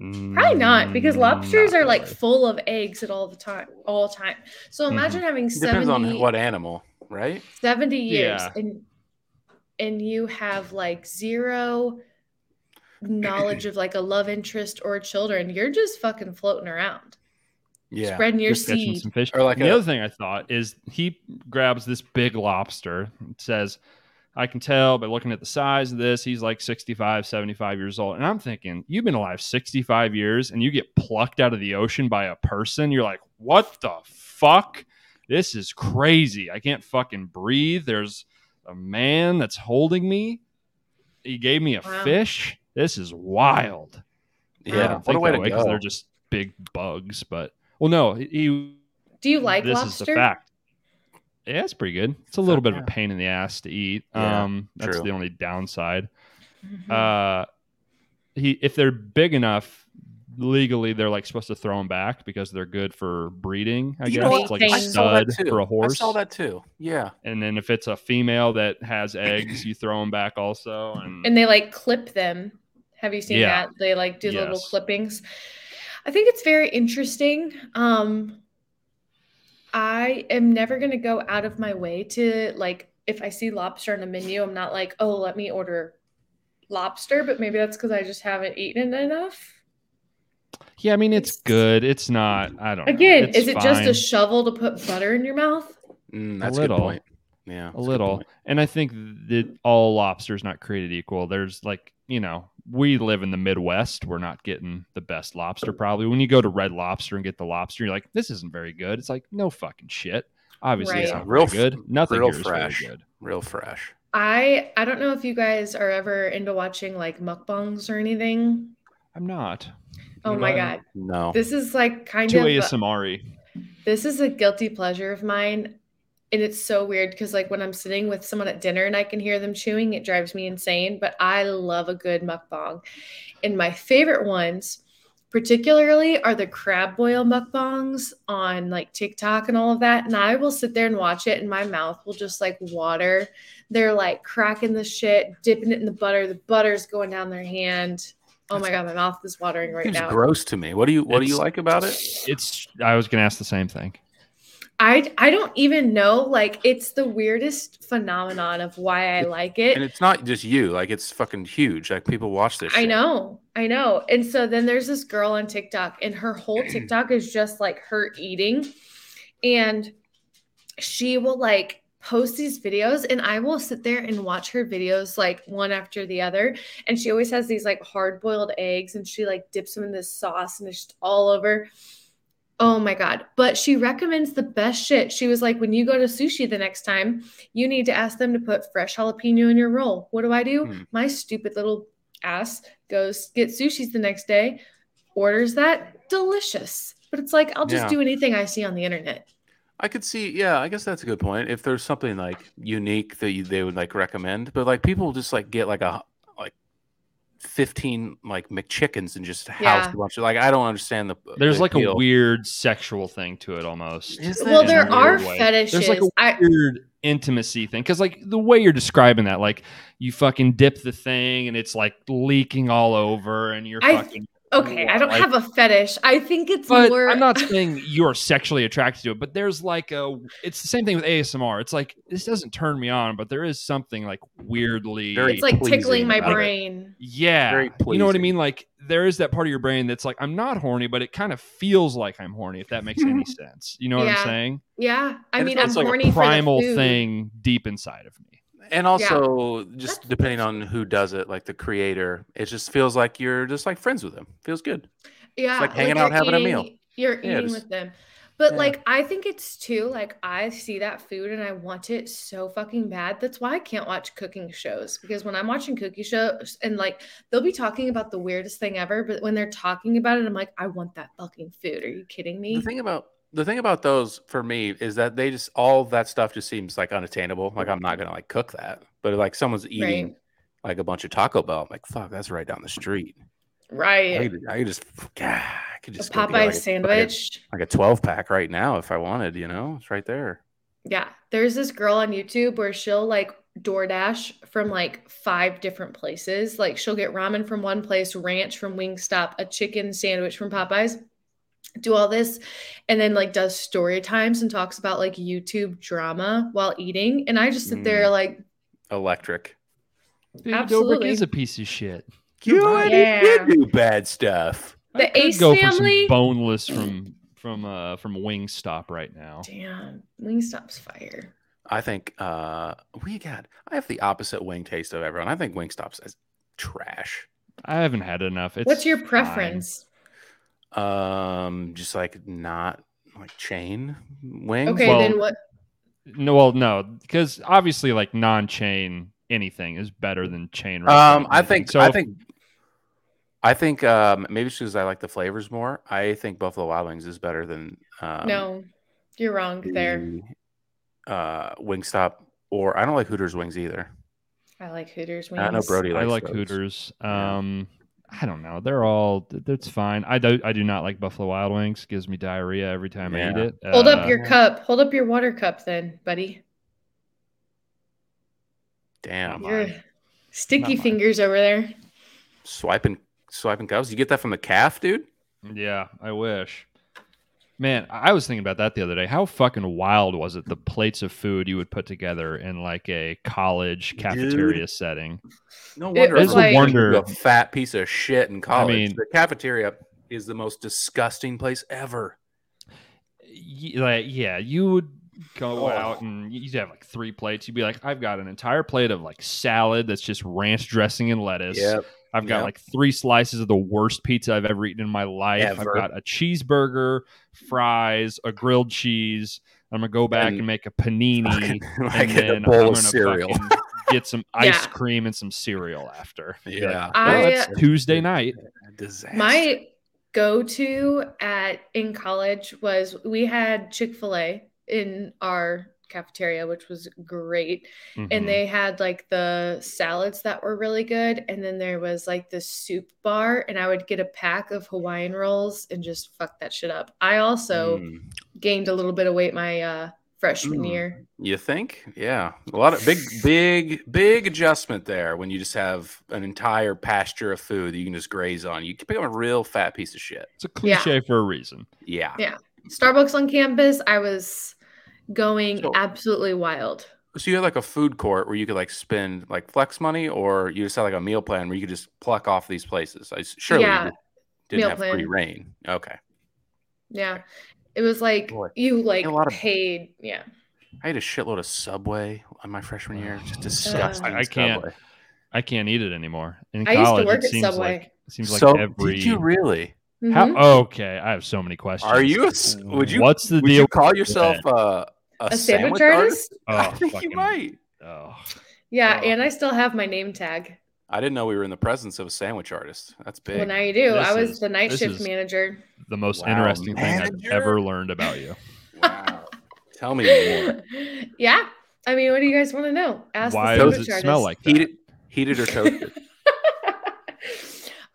S3: Probably not, because
S1: Mm,
S3: lobsters
S1: not
S3: are like
S1: really.
S3: full of eggs at all the time all time. So
S1: Mm-hmm.
S3: imagine having
S2: It depends
S3: 70,
S2: on what animal, right?
S3: 70 years
S1: Yeah.
S3: and and you have like zero knowledge of like a love interest or children. You're just fucking floating around,
S2: Yeah.
S3: spreading your
S1: Just catching
S3: seed.
S1: some fish.
S2: Or like
S1: the
S2: a-
S1: other thing I thought is he grabs this big lobster and says, I can tell by looking at the size of this, he's like 65, 75 years old. And I'm thinking, you've been alive 65 years and you get plucked out of the ocean by a person. You're like, what the fuck? This is crazy. I can't fucking breathe. There's a man that's holding me. He gave me a
S3: Wow.
S1: fish. This is wild. I
S2: Yeah.
S1: don't
S2: What a
S1: think
S2: way
S1: that
S2: to
S1: way because
S2: go.
S1: they're just big bugs. But well, no, he- he
S3: Do you like
S1: this
S3: lobster?
S1: is the fact. Yeah, it's pretty good. It's a little bit of
S2: Yeah.
S1: a pain in the ass to eat.
S2: Yeah,
S1: um, that's
S2: true.
S1: the only downside.
S3: Mhm.
S1: Uh, he if they're big enough, legally they're like supposed to throw them back because they're good for breeding. I
S2: You know
S1: guess
S2: what?
S1: it's like a
S3: I
S2: saw that
S1: stud
S2: too.
S1: for a
S2: I
S1: horse.
S2: saw that too. Yeah.
S1: And then if it's a female that has eggs, you throw them back also. And,
S3: and they like clip them. Have you seen
S1: Yeah.
S3: that? They like do the little
S1: Yes.
S3: clippings. I think it's very interesting. Um I am never going to go out of my way to like if I see lobster on the menu, I'm not like, "Oh, let me order lobster," but maybe that's cuz I just haven't eaten it enough.
S1: yeah, I mean it's
S3: It's-
S1: good. It's not. I don't. know.
S3: Again,
S1: Uh, It's
S3: is it just
S1: fine.
S3: a shovel to put butter in your mouth?
S2: Mm, that's a
S1: little.
S2: good point. Yeah. that's
S1: a
S2: good
S1: little
S2: point.
S1: and i think that all lobsters not created equal there's like you know we live in the midwest we're not getting the best lobster probably when you go to red lobster and get the lobster you're like this isn't very good it's like no fucking shit obviously it's
S3: Right.
S1: not
S2: Real
S1: real
S2: f-
S1: good nothing
S2: real
S1: here is very
S2: fresh.
S1: good
S2: Real fresh.
S3: I I don't know if you guys are ever into watching like mukbangs or anything.
S1: i'm not
S3: Oh my god.
S2: No.
S3: This is like kind
S1: too
S3: of a-
S1: asmr
S3: This is a guilty pleasure of mine. And it's so weird because, like, when I'm sitting with someone at dinner and I can hear them chewing, it drives me insane. But I love a good mukbang. And my favorite ones, particularly, are the crab boil mukbangs on like TikTok and all of that. And I will sit there and watch it, and my mouth will just like water. They're like cracking the shit, dipping it in the butter. The butter's going down their hand. Oh my God, my mouth is watering right
S2: Seems
S3: now.
S2: gross to me. What do you What do you
S1: It's-
S2: like about it?
S1: it's i was gonna ask the same thing
S3: I I don't even know. Like it's the weirdest phenomenon of why I like
S2: And
S3: it.
S2: it's not just you. Like it's fucking huge. Like people watch this.
S3: I
S2: shit.
S3: know, I know. And so then there's this girl on TikTok, and her whole TikTok is just like her eating, and she will like post these videos and I will sit there and watch her videos like one after the other and she always has these like hard boiled eggs and she like dips them in this sauce and it's just all over oh my god but she recommends the best shit she was like when you go to sushi the next time you need to ask them to put fresh jalapeno in your roll what do I do
S2: Hmm.
S3: my stupid little ass goes get sushis the next day orders that delicious but it's like I'll just
S2: Yeah.
S3: do anything I see on the internet
S2: I could see. Yeah, I guess that's a good point. If there's something like unique that you, they would like recommend, but like people just like get like a like fifteen like McChickens and just house
S3: Yeah.
S2: a bunch of like I don't understand the.
S1: there's
S2: the
S1: like a
S2: appeal.
S1: weird sexual thing to it almost
S2: Is
S3: well
S1: in
S2: it?
S1: a
S3: there
S1: weird
S3: are
S1: way.
S3: fetishes
S1: There's like a
S3: I,
S1: weird intimacy thing because like the way you're describing that like you fucking dip the thing and it's like leaking all over and you're
S3: I-
S1: fucking
S3: okay i don't
S1: Like-
S3: have a fetish i think it's
S1: but
S3: more
S1: i'm not saying you're sexually attracted to it but there's like a it's the same thing with asmr it's like this doesn't turn me on but there is something like weirdly
S2: Very
S3: it's like tickling
S2: pleasing
S3: my
S2: about it.
S3: brain
S1: yeah
S2: very
S1: you know what i
S2: pleasing.
S1: mean like there is that part of your brain that's like i'm not horny but it kind of feels like i'm horny if that makes any sense you know what
S3: Yeah.
S1: i'm saying
S3: yeah i
S2: And
S3: mean i'm
S2: it's like a
S3: horny
S1: primal
S3: for the food.
S1: thing deep inside of me
S2: and also just
S3: That's-
S2: depending on who does it, like the creator, it just feels like you're just like friends with them. Feels good.
S3: yeah
S2: like hanging
S3: you're
S2: out, having a
S3: eating-
S2: meal.
S3: you're
S2: Yeah,
S3: eating
S2: just-
S3: with them but
S2: yeah.
S3: like i think it's too like i see that food and i want it so fucking bad that's why i can't watch cooking shows because when i'm watching cookie shows and like they'll be talking about the weirdest thing ever but when they're talking about it i'm like i want that fucking food are you kidding me
S2: The thing about the thing about those for me is that they just all that stuff just seems like unattainable. Like I'm not gonna like cook that, but if, like someone's eating like a bunch of Taco Bell, I'm like fuck, that's right down the street. I
S3: Right.
S2: could, I could just, yeah, I could
S3: A
S2: just go get,
S3: Popeye
S2: like, a-
S3: sandwich.
S2: like a 12 pack right now if I wanted, you know, it's right there.
S3: Yeah. There's this girl on YouTube where she'll like DoorDash from like five different places. Like she'll get ramen from one place, ranch from Wingstop, a chicken sandwich from Popeyes, do all this, and then like does story times and talks about like YouTube drama while eating. And I just sit there like,
S2: Electric.
S1: David
S3: Absolutely.
S1: Dobrik is a piece of shit.
S2: You
S1: right.
S2: already did
S3: Yeah.
S2: do bad stuff.
S1: I
S3: The
S1: could
S3: Ace
S1: go
S3: family-
S1: for some boneless from from uh from Wingstop right now.
S3: damn, Wingstop's fire.
S2: I think uh we got I have the opposite wing taste of everyone. I think Wingstop's is trash.
S1: I haven't had enough. It's
S3: What's your
S1: fine.
S3: preference?
S2: Um just like not like chain wings.
S3: Okay,
S1: Well,
S3: then what?
S1: No, well, no, because obviously, like non-chain anything is better than chain.
S2: Um,
S1: restaurant
S2: I
S1: anything.
S2: think
S1: so.
S2: I
S1: if-
S2: think I think um, maybe it's because I like the flavors more. I think Buffalo Wild Wings is better than um,
S3: no, you're wrong there.
S2: the, Uh, Wingstop or I don't like Hooters wings either.
S3: I like Hooters
S2: I know
S3: wings.
S2: Brody
S1: I
S2: likes
S1: like
S2: those.
S1: Hooters.
S2: Yeah.
S1: Um, I don't know. They're all. It's fine. I do. I do not like Buffalo Wild Wings. Gives me diarrhea every time I eat
S2: Yeah.
S1: it.
S3: Hold
S1: Uh,
S3: up your cup. Hold up your water cup, then, buddy.
S2: Damn,
S1: Not
S3: Your
S1: mine.
S3: sticky
S1: mine.
S3: fingers over there.
S2: swiping swiping cups. You get that from the calf, dude.
S1: Yeah, I wish. Man, I I was thinking about that the other day. How fucking wild was it? The plates of food you would put together in like a college cafeteria setting.
S2: No
S3: It
S2: wonder.
S3: was
S2: everyone
S3: like-
S2: turned into
S1: Wonder-
S2: a fat piece of shit in college.
S1: mean-
S2: the cafeteria is the most disgusting place ever.
S1: Y- like, yeah, you would go
S2: Oh.
S1: out and you'd have like three plates. You'd be like, I've got an entire plate of like salad that's just ranch dressing and lettuce. I've got
S2: Yeah.
S1: like three slices of the worst pizza I've ever eaten in my life.
S2: Ever.
S1: I've got a cheeseburger, fries, a grilled cheese. I'm gonna go back and,
S2: And-
S1: make a panini,
S2: like
S1: and
S2: a
S1: then
S2: bowl
S1: I'm
S2: of
S1: gonna
S2: cereal.
S1: fucking get some ice
S3: Yeah.
S1: cream and some cereal after. Be like,
S2: Yeah,
S3: I-
S1: well, it's Tuesday night.
S2: Disaster.
S3: My go-to at in college was we had Chick-fil-A in our cafeteria, which was great.
S1: Mhm.
S2: Mm-hmm.
S3: and they had like the salads that were really good and then there was like the soup bar and i would get a pack of hawaiian rolls and just fuck that shit up i also
S2: Mm.
S3: gained a little bit of weight my uh freshman
S2: Mm.
S3: year
S2: You think? Yeah. A lot of big, big, big adjustment there when you just have an entire pasture of food that you can just graze on. You can become a real fat piece of shit.
S1: It's a
S3: Yeah.
S1: cliche for a reason.
S2: Yeah.
S3: starbucks on campus i was going
S2: So-
S3: absolutely wild
S2: So you had like a food court where you could like spend like flex money or you just had like a meal plan where you could just pluck off these places. I s- surely
S3: Yeah.
S2: you just didn't
S3: Meal
S2: have free
S3: plan.
S2: reign. Okay.
S3: yeah it was like
S2: Boy,
S3: you like
S2: a lot of-
S3: paid yeah
S2: I ate a shitload of Subway on my freshman year. Just disgusting.
S1: I- I can't.
S2: Subway.
S1: I can't eat it anymore. In
S3: i
S1: college,
S3: used to work
S1: it
S3: at
S1: seems
S3: subway
S1: like it seems like
S2: so
S1: every.
S2: did you really?
S1: how,
S3: Mhm.
S1: Okay, I have so many questions.
S2: Are you? a s- Would you?
S1: What's the
S2: would
S1: deal?
S2: you call
S1: with
S2: yourself
S1: that?
S2: a, a,
S3: a sandwich artist
S1: Oh,
S2: I think
S1: fucking-
S2: you might.
S1: Oh.
S3: yeah
S1: Oh.
S3: and i still have my name tag
S2: I didn't know we were in the presence of a sandwich artist. That's big.
S3: well now you do i
S1: This
S3: was
S1: is-
S3: the night
S1: this
S3: shift
S1: is-
S3: manager
S1: the most
S2: Wow,
S1: interesting thing
S2: manager?
S1: I've ever learned about you.
S2: wow. Tell me more.
S3: yeah. I mean, what do you guys want to know? Ask
S1: Why
S3: the
S2: does
S1: does
S3: sandwich
S1: it smell
S3: artist.
S1: like that?
S2: Heated, heated or toasted?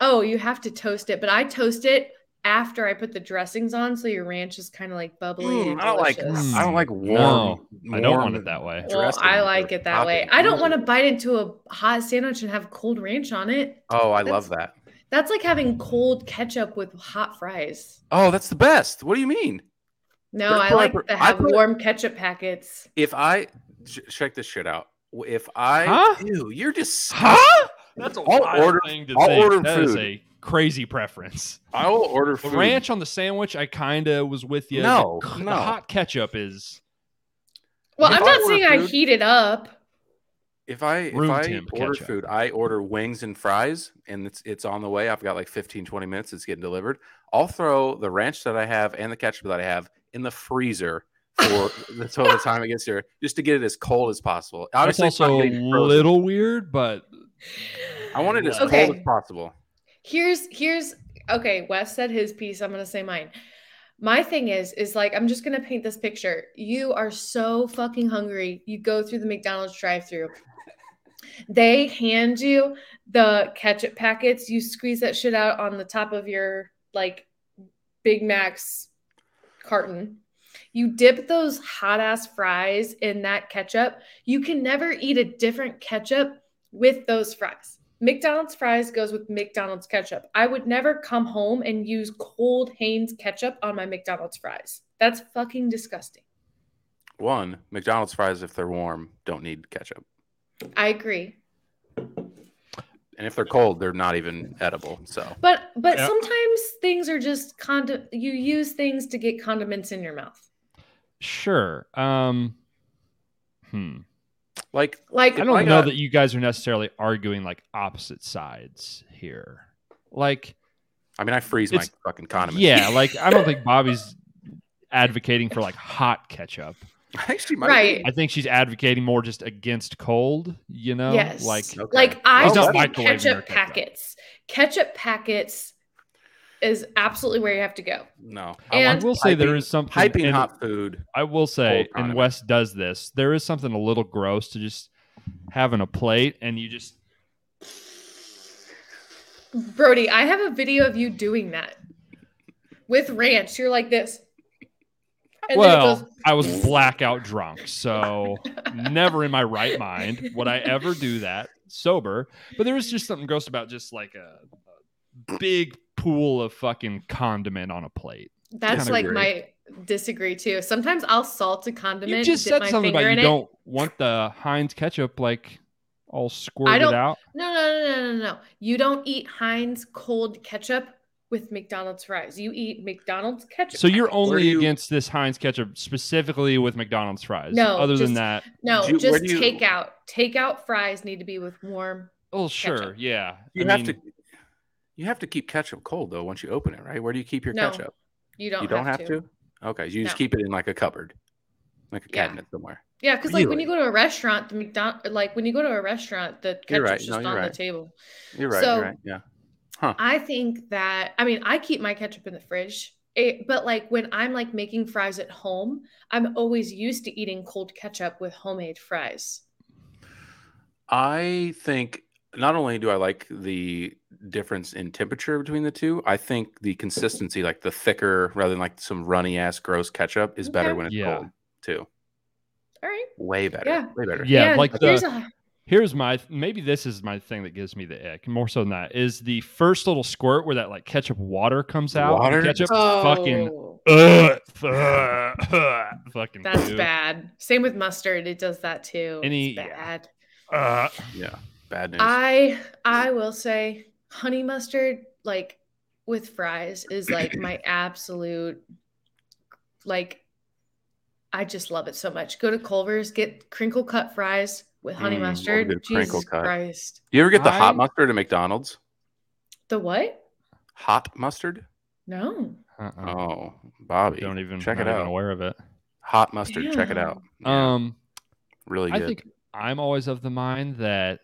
S3: oh, you have to toast it, but I toast it after I put the dressings on, so your ranch is kind of like bubbly.
S1: Hmm,
S2: Mm,
S3: and
S2: I don't like.
S3: delicious.
S2: I don't like warm.
S1: No, I don't want
S2: warm
S1: it that way.
S3: Well,
S2: dressing
S3: I
S2: or
S3: like it that way.
S2: topping.
S3: I
S1: Hmm.
S3: don't want
S2: Ooh.
S3: to bite into a hot sandwich and have cold ranch on it.
S2: Oh, I
S3: That's-
S2: love that.
S3: That's like having cold ketchup with hot fries.
S2: Oh, that's the best. What do you mean?
S3: No,
S2: But- but
S3: I
S2: I
S3: like
S2: put-
S3: to
S2: I
S3: have
S2: put-
S3: warm ketchup packets.
S2: If I ch- check this shit out, if I
S1: Huh?
S2: ew, you're just
S1: Huh? That's a
S2: I'll
S1: wild
S2: order-
S1: thing to
S2: I'll
S1: think.
S2: order
S1: That is
S2: food.
S1: a crazy preference.
S2: I will order
S1: The
S2: food.
S1: ranch on the sandwich, I kinda was with you.
S2: No,
S1: the, c- the
S2: no.
S1: hot ketchup is
S3: Well,
S2: If
S3: I'm
S2: I
S3: not
S2: order
S3: saying I
S2: food-
S3: heat it up.
S2: If I if
S1: Room
S2: I
S1: temp
S2: order
S1: ketchup.
S2: food, I order wings and fries, and it's it's on the way. I've got like 15, 20 minutes. It's getting delivered. I'll throw the ranch that I have and the ketchup that I have in the freezer for the total time it gets here, just to get it as cold as possible.
S1: that's
S2: Obviously, it's not
S1: also a
S2: getting frozen.
S1: little weird, but
S2: I want it as
S3: Okay.
S2: cold as possible.
S3: here's here's okay wes said his piece i'm gonna say mine my thing is is like i'm just gonna paint this picture you are so fucking hungry you go through the mcdonald's drive-through They hand you the ketchup packets. You squeeze that shit out on the top of your like Big Mac's carton. You dip those hot ass fries in that ketchup. You can never eat a different ketchup with those fries. McDonald's fries goes with McDonald's ketchup. I would never come home and use cold Hanes ketchup on my McDonald's fries. That's fucking disgusting.
S2: One, McDonald's fries, if they're warm, don't need ketchup.
S3: I agree.
S2: And if they're cold, they're not even edible. So,
S3: But but
S1: Yeah.
S3: sometimes things are just condi- you use things to get condiments in your mouth.
S1: Sure. Um, hmm.
S2: like,
S3: Like
S1: I
S2: If
S1: don't
S2: I
S1: know
S2: got-
S1: that you guys are necessarily arguing like opposite sides here. Like,
S2: I mean, I freeze my
S1: It's-
S2: fucking condiments.
S1: yeah, like I don't think Bobby's advocating for like hot ketchup.
S2: Actually, might
S3: right.
S1: I think she's advocating more just against cold. You know,
S3: yes.
S1: like
S3: Like,
S2: Okay.
S3: I
S2: It's not
S3: just think
S1: microwaving your
S3: ketchup
S1: ketchup.
S3: packets. Ketchup packets is absolutely where you have to go.
S2: No.
S1: I
S3: And-
S1: will say there
S2: Hyping-
S1: is something
S2: hyping
S1: and-
S2: hot food.
S1: I will say,
S2: Cold
S1: and
S2: condiment.
S1: Wes does this. There is something a little gross to just having a plate and you just
S3: Brody, I have a video of you doing that with ranch. You're like this. And then it
S1: well,
S3: goes-
S1: I was blackout drunk, so never in my right mind would I ever do that sober. But there is just something gross about just like a, a big pool of fucking condiment on a plate.
S3: that's
S2: kinda
S3: like
S2: agree.
S3: my disagree too. Sometimes I'll salt a condiment.
S1: You just
S3: dip
S1: said
S3: my
S1: something
S3: finger
S1: about you
S3: in it.
S1: don't want the Heinz ketchup like all squirted
S3: don't-
S1: out.
S3: No, no, no, no, no, no. You don't eat Heinz cold ketchup with McDonald's fries. You eat McDonald's ketchup.
S1: So you're
S3: packets.
S2: Where
S1: only
S2: do you-
S1: against this Heinz ketchup specifically with McDonald's fries.
S3: No,
S1: Other
S3: just-
S1: than that,
S3: no
S2: Do you- where
S3: just
S2: do you-
S3: takeout. Takeout fries need to be with warm.
S1: oh sure,
S3: Ketchup.
S1: yeah.
S2: You
S1: I
S2: have
S1: mean,
S2: to. You have to keep ketchup cold though. Once you open it, right? Where do you keep your
S3: No,
S2: ketchup?
S3: You don't.
S2: you don't have, to. Okay, you just
S3: No.
S2: keep it in like a cupboard, like a
S3: Yeah.
S2: cabinet somewhere.
S3: Yeah, because like when
S2: Really?
S3: you go to a restaurant, the McDonald like when you go to a restaurant, the
S2: You're
S3: ketchup's
S2: right.
S3: just
S2: No, you're
S3: on
S2: right.
S3: the table.
S2: You're right.
S3: So-
S2: you're right. Yeah.
S3: I think that I mean I keep my ketchup in the fridge. It, but like when I'm like making fries at home, I'm always used to eating cold ketchup with homemade fries.
S2: I think not only do I like the difference in temperature between the two, I think the consistency, like the thicker rather than like some runny ass gross ketchup, is better
S3: Okay.
S2: when it's
S1: Yeah.
S2: cold too.
S3: All right.
S2: Way better.
S3: Yeah.
S2: Way better.
S1: Yeah, like the-
S3: here's a
S1: Here's my th- maybe this is my thing that gives me the ick more so than that is the first little squirt where that like ketchup water comes out. the
S2: Water?
S1: ketchup fucking
S3: Oh,
S1: ugh, ugh, ugh, fucking
S3: that's
S1: goo.
S3: bad. Same with mustard, it does that too.
S1: Any-
S3: it's
S1: yeah.
S3: bad.
S1: Ugh.
S2: Yeah. Bad news.
S3: I I will say honey mustard like with fries is like my absolute like I just love it so much. Go to Culver's, get crinkle cut fries with honey
S2: Mm, love a
S3: mustard.
S2: good crinkle
S3: Jesus
S2: cut.
S3: Christ.
S2: you ever get the
S1: I-
S2: hot mustard at McDonald's?
S3: The what?
S2: Hot mustard?
S3: No.
S1: Uh-uh.
S2: Oh, Bobby.
S1: don't even
S2: check
S1: not
S2: it
S1: even
S2: out.
S1: aware of it.
S2: Hot mustard. Check it
S3: Yeah.
S2: out. Yeah,
S1: Um,
S2: really
S1: I
S2: good.
S1: think I'm always of the mind that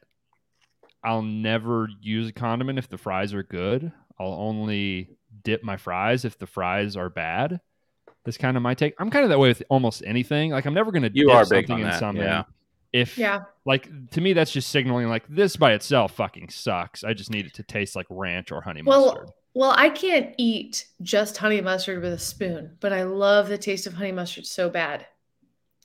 S1: I'll never use a condiment if the fries are good. I'll only dip my fries if the fries are bad. That's kind of my take. I'm kind of that way with almost anything. Like I'm never going to
S2: You
S1: dip
S2: are big
S1: something
S2: on
S1: in
S2: that,
S1: something
S2: yeah.
S1: if
S3: Yeah.
S1: like to me that's just signaling like this by itself fucking sucks. I just need it to taste like ranch or honey
S3: Well,
S1: mustard.
S3: Well, I can't eat just honey mustard with a spoon, but I love the taste of honey mustard so bad.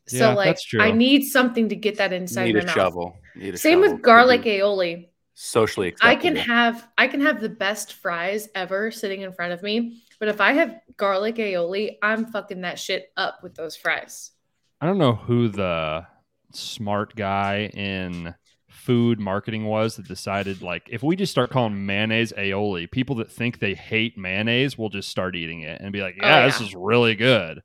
S3: So
S1: Yeah,
S3: like
S1: that's true.
S3: I need something to get that inside
S2: Need
S3: my
S2: a
S3: mouth.
S2: shovel. Need a
S3: Same
S2: shovel. Mm-hmm.
S3: with garlic
S2: It'd be
S3: aioli.
S2: Socially
S3: I
S2: acceptable.
S3: can have I can have the best fries ever sitting in front of me, but if I have garlic aioli, I'm fucking that shit up with those fries.
S1: I don't know who the smart guy in food marketing was that decided like if we just start calling mayonnaise aioli, people that think they hate mayonnaise will just start eating it and be like,
S3: Oh,
S1: "Yeah, this
S3: yeah.
S1: is really good."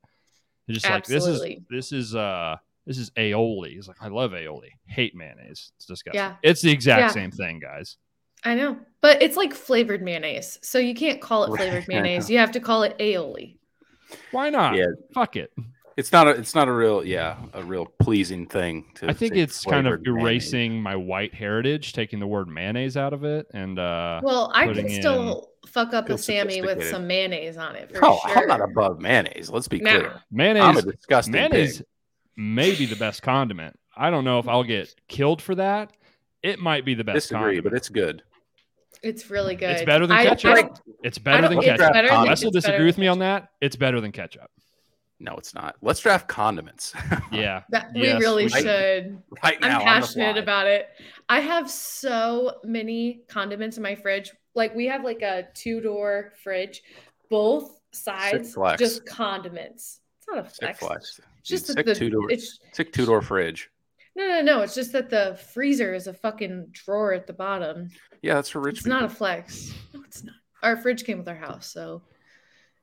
S1: They're just
S3: Absolutely.
S1: like this is this is uh this is aioli. He's like, "I love aioli. Hate mayonnaise. It's disgusting."
S3: Yeah.
S1: It's the exact
S3: Yeah.
S1: same thing, guys.
S3: I know, but it's like flavored mayonnaise, so you can't call it
S2: Right.
S3: flavored mayonnaise. You have to call it aioli.
S1: Why not?
S2: Yeah.
S1: Fuck it.
S2: It's not a it's not a real yeah a real pleasing thing. To
S1: I think
S2: say
S1: it's kind of
S2: flavored mayonnaise.
S1: erasing my white heritage, taking the word mayonnaise out of it and uh
S3: Well, I can
S1: putting
S3: still fuck up a
S2: feel
S3: Sammy with
S2: sophisticated.
S3: some mayonnaise on it. For
S2: Oh,
S3: sure.
S2: I'm not above mayonnaise. Let's be
S3: No.
S2: clear.
S1: mayonnaise
S2: I'm a disgusting pig.
S1: mayonnaise may be the best condiment. I don't know if I'll get killed for that. It might be the best.
S2: Disagree, but
S1: condiment.
S2: it's good.
S3: It's really good.
S1: It's better than
S3: I-
S1: ketchup.
S3: I-
S1: it's
S3: I
S1: better
S3: don't-
S1: than
S3: it's
S1: ketchup.
S3: better than-
S2: Honestly,
S3: it's
S1: Russell
S3: better
S1: disagree with
S3: than
S1: me on
S3: ketchup.
S1: that. It's better than ketchup.
S2: No, it's not. Let's draft condiments
S1: Yeah.
S3: That
S1: Yes,
S3: we really
S1: we
S2: should.
S3: should.
S2: right now.
S3: I'm
S2: on the
S3: passionate
S2: fly.
S3: about it. I have so many condiments in my fridge. Like we have like a two door fridge, both sides
S2: flex.
S3: just condiments. It's not a
S2: Sick
S3: flex.
S2: flex.
S3: It's just
S2: Dude,
S3: that
S2: sick
S3: the
S2: two-door-
S3: it's
S2: Sick two door fridge.
S3: no no no. It's just that the freezer is a fucking drawer at the bottom.
S2: Yeah, that's for rich
S3: it's
S2: people.
S3: not a flex. No, it's not. Our fridge came with our house, so.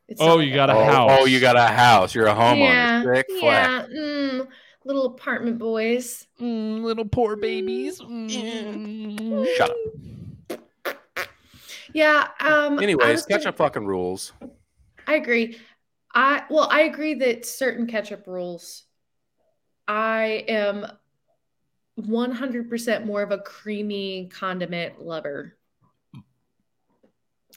S3: It's
S1: Oh,
S3: not
S1: you
S3: like
S1: got a
S2: oh,
S1: house.
S2: oh, you got a house. You're a homeowner. Oh, Sick flex.
S3: yeah, mm, little apartment boys.
S1: little poor
S3: Mm, babies. Mm.
S2: Shut up.
S3: Yeah. Um. I was
S2: Anyways,
S3: gonna-
S2: ketchup fucking rules.
S3: I agree. I well, I agree that certain ketchup rules. I am 100% more of a creamy condiment lover.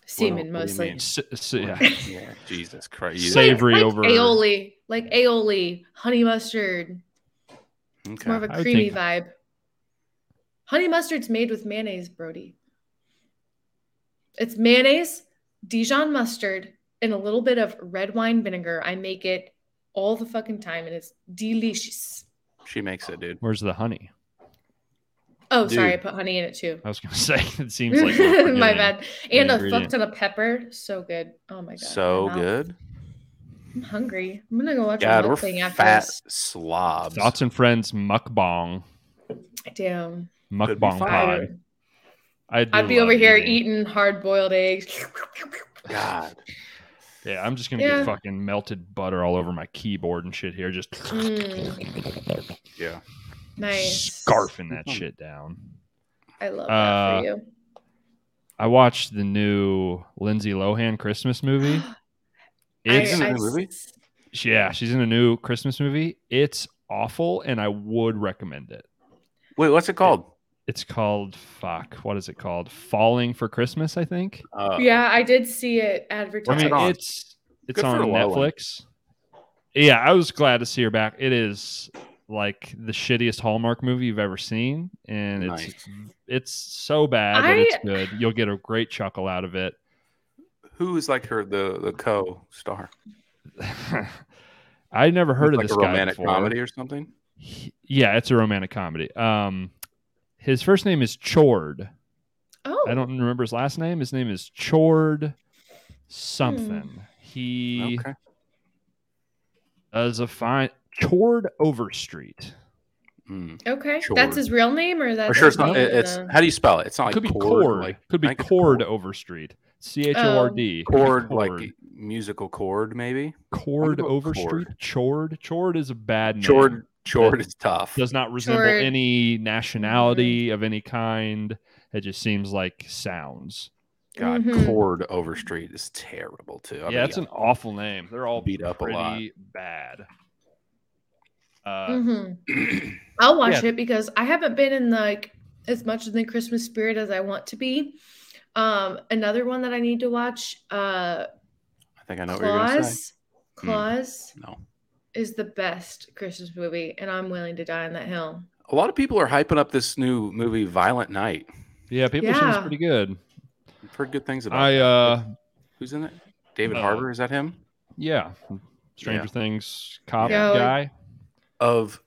S3: Semen
S2: what do you
S3: mostly.
S2: mean?
S1: S- s- yeah.
S2: Yeah, Jesus Christ. You-
S1: Say- Savory
S3: like
S1: over-
S3: aioli, like aioli, honey mustard. It's
S2: okay.
S3: more of a
S1: I would
S3: creamy
S1: think-
S3: vibe. Honey mustard's made with mayonnaise, Brody. It's mayonnaise, Dijon mustard, and a little bit of red wine vinegar. I make it all the fucking time and it's delicious.
S2: She makes it, dude.
S1: Where's the honey?
S3: Oh, sorry, I
S2: Dude.
S3: put honey in it too.
S1: I was gonna say it seems like we're forgetting
S3: my bad. And a fuck
S1: ingredient.
S3: ton of pepper. So good. Oh my god.
S2: So
S3: I'm out.
S2: good.
S3: I'm hungry. I'm gonna go watch a
S2: God, we're
S3: mukbang after
S2: fat
S3: this.
S2: slobs.
S1: Thoughts and friends mukbang
S3: Damn.
S2: Could be
S1: mukbang pod.
S2: fire.
S1: I do
S3: I'd be
S1: love
S3: over here
S1: eating.
S3: eating hard boiled eggs.
S2: God.
S1: Yeah, I'm just gonna
S3: Yeah.
S1: get fucking melted butter all over my keyboard and shit here. Just
S3: Mm.
S2: Yeah.
S3: Nice.
S1: scarfing that shit down.
S3: I
S1: Uh,
S3: love that for you.
S1: I watched the new Lindsay Lohan Christmas movie. It's
S2: in the movie?
S1: yeah, she's in a new Christmas movie. It's awful, and I would recommend it.
S2: Wait, what's it called?
S1: It's called fuck. What is it called? Falling for Christmas, I think.
S2: Uh,
S3: Yeah, I did see it advertised.
S1: I
S2: it on?
S1: it's it's
S2: Good for
S1: on
S2: Lohan.
S1: Netflix. Yeah, I was glad to see her back. It is like the shittiest Hallmark movie you've ever seen, and it's it's so bad, but it's
S3: I-
S1: good. You'll get a great chuckle out of it.
S2: Who is like her the the co-star?
S1: I never heard of
S2: like
S1: this
S2: a
S1: guy
S2: romantic
S1: before.
S2: comedy or something?
S1: He- yeah, it's a romantic comedy. Um, his first name is Chord.
S3: oh,
S1: I don't remember his last name. His name is Chord something. He
S2: Okay.
S1: does a fine Chord Overstreet.
S2: Mm.
S3: Oh, Okay,
S2: Sure.
S3: that's his real name, or that's
S2: For sure, it's
S3: his
S2: not.
S3: name
S2: it-
S3: in
S2: It's
S3: the-
S2: how do you spell it? It's not like
S1: could be
S2: chord,
S1: Chord.
S2: like-
S1: could be
S2: I think it's
S1: Chord Overstreet. C H O R D.
S2: chord, like musical chord, maybe.
S1: Chord
S2: about
S1: Overstreet. Chord. Chord is a bad name.
S2: Chord, chord is tough.
S1: does not resemble
S3: Chord.
S1: any nationality of any kind. It just seems like sounds.
S2: God,
S3: Mhm.
S2: chord Overstreet is terrible too. I
S1: yeah,
S2: mean,
S1: it's an awful name. They're all
S2: beat up a lot.
S1: pretty bad. Uh,
S3: Mhm. I'll watch
S1: Yeah.
S3: it because I haven't been in like as much in the Christmas spirit as I want to be. Um, another one that I need to watch, uh,
S2: I think I know what you're gonna say.
S3: Claus.
S2: Hmm.
S3: Claus
S2: No,
S3: is the best Christmas movie, and I'm willing to die on that hill.
S2: a lot of people are hyping up this new movie, Violent Night.
S1: yeah, people seem
S3: Yeah.
S1: pretty good.
S2: I've heard good things about.
S1: I
S2: it.
S1: uh
S2: Who's in it? David
S1: uh,
S2: Harbour is that him?
S1: yeah, Stranger
S2: Yeah.
S1: Things cop
S3: Yeah.
S1: guy.
S2: Of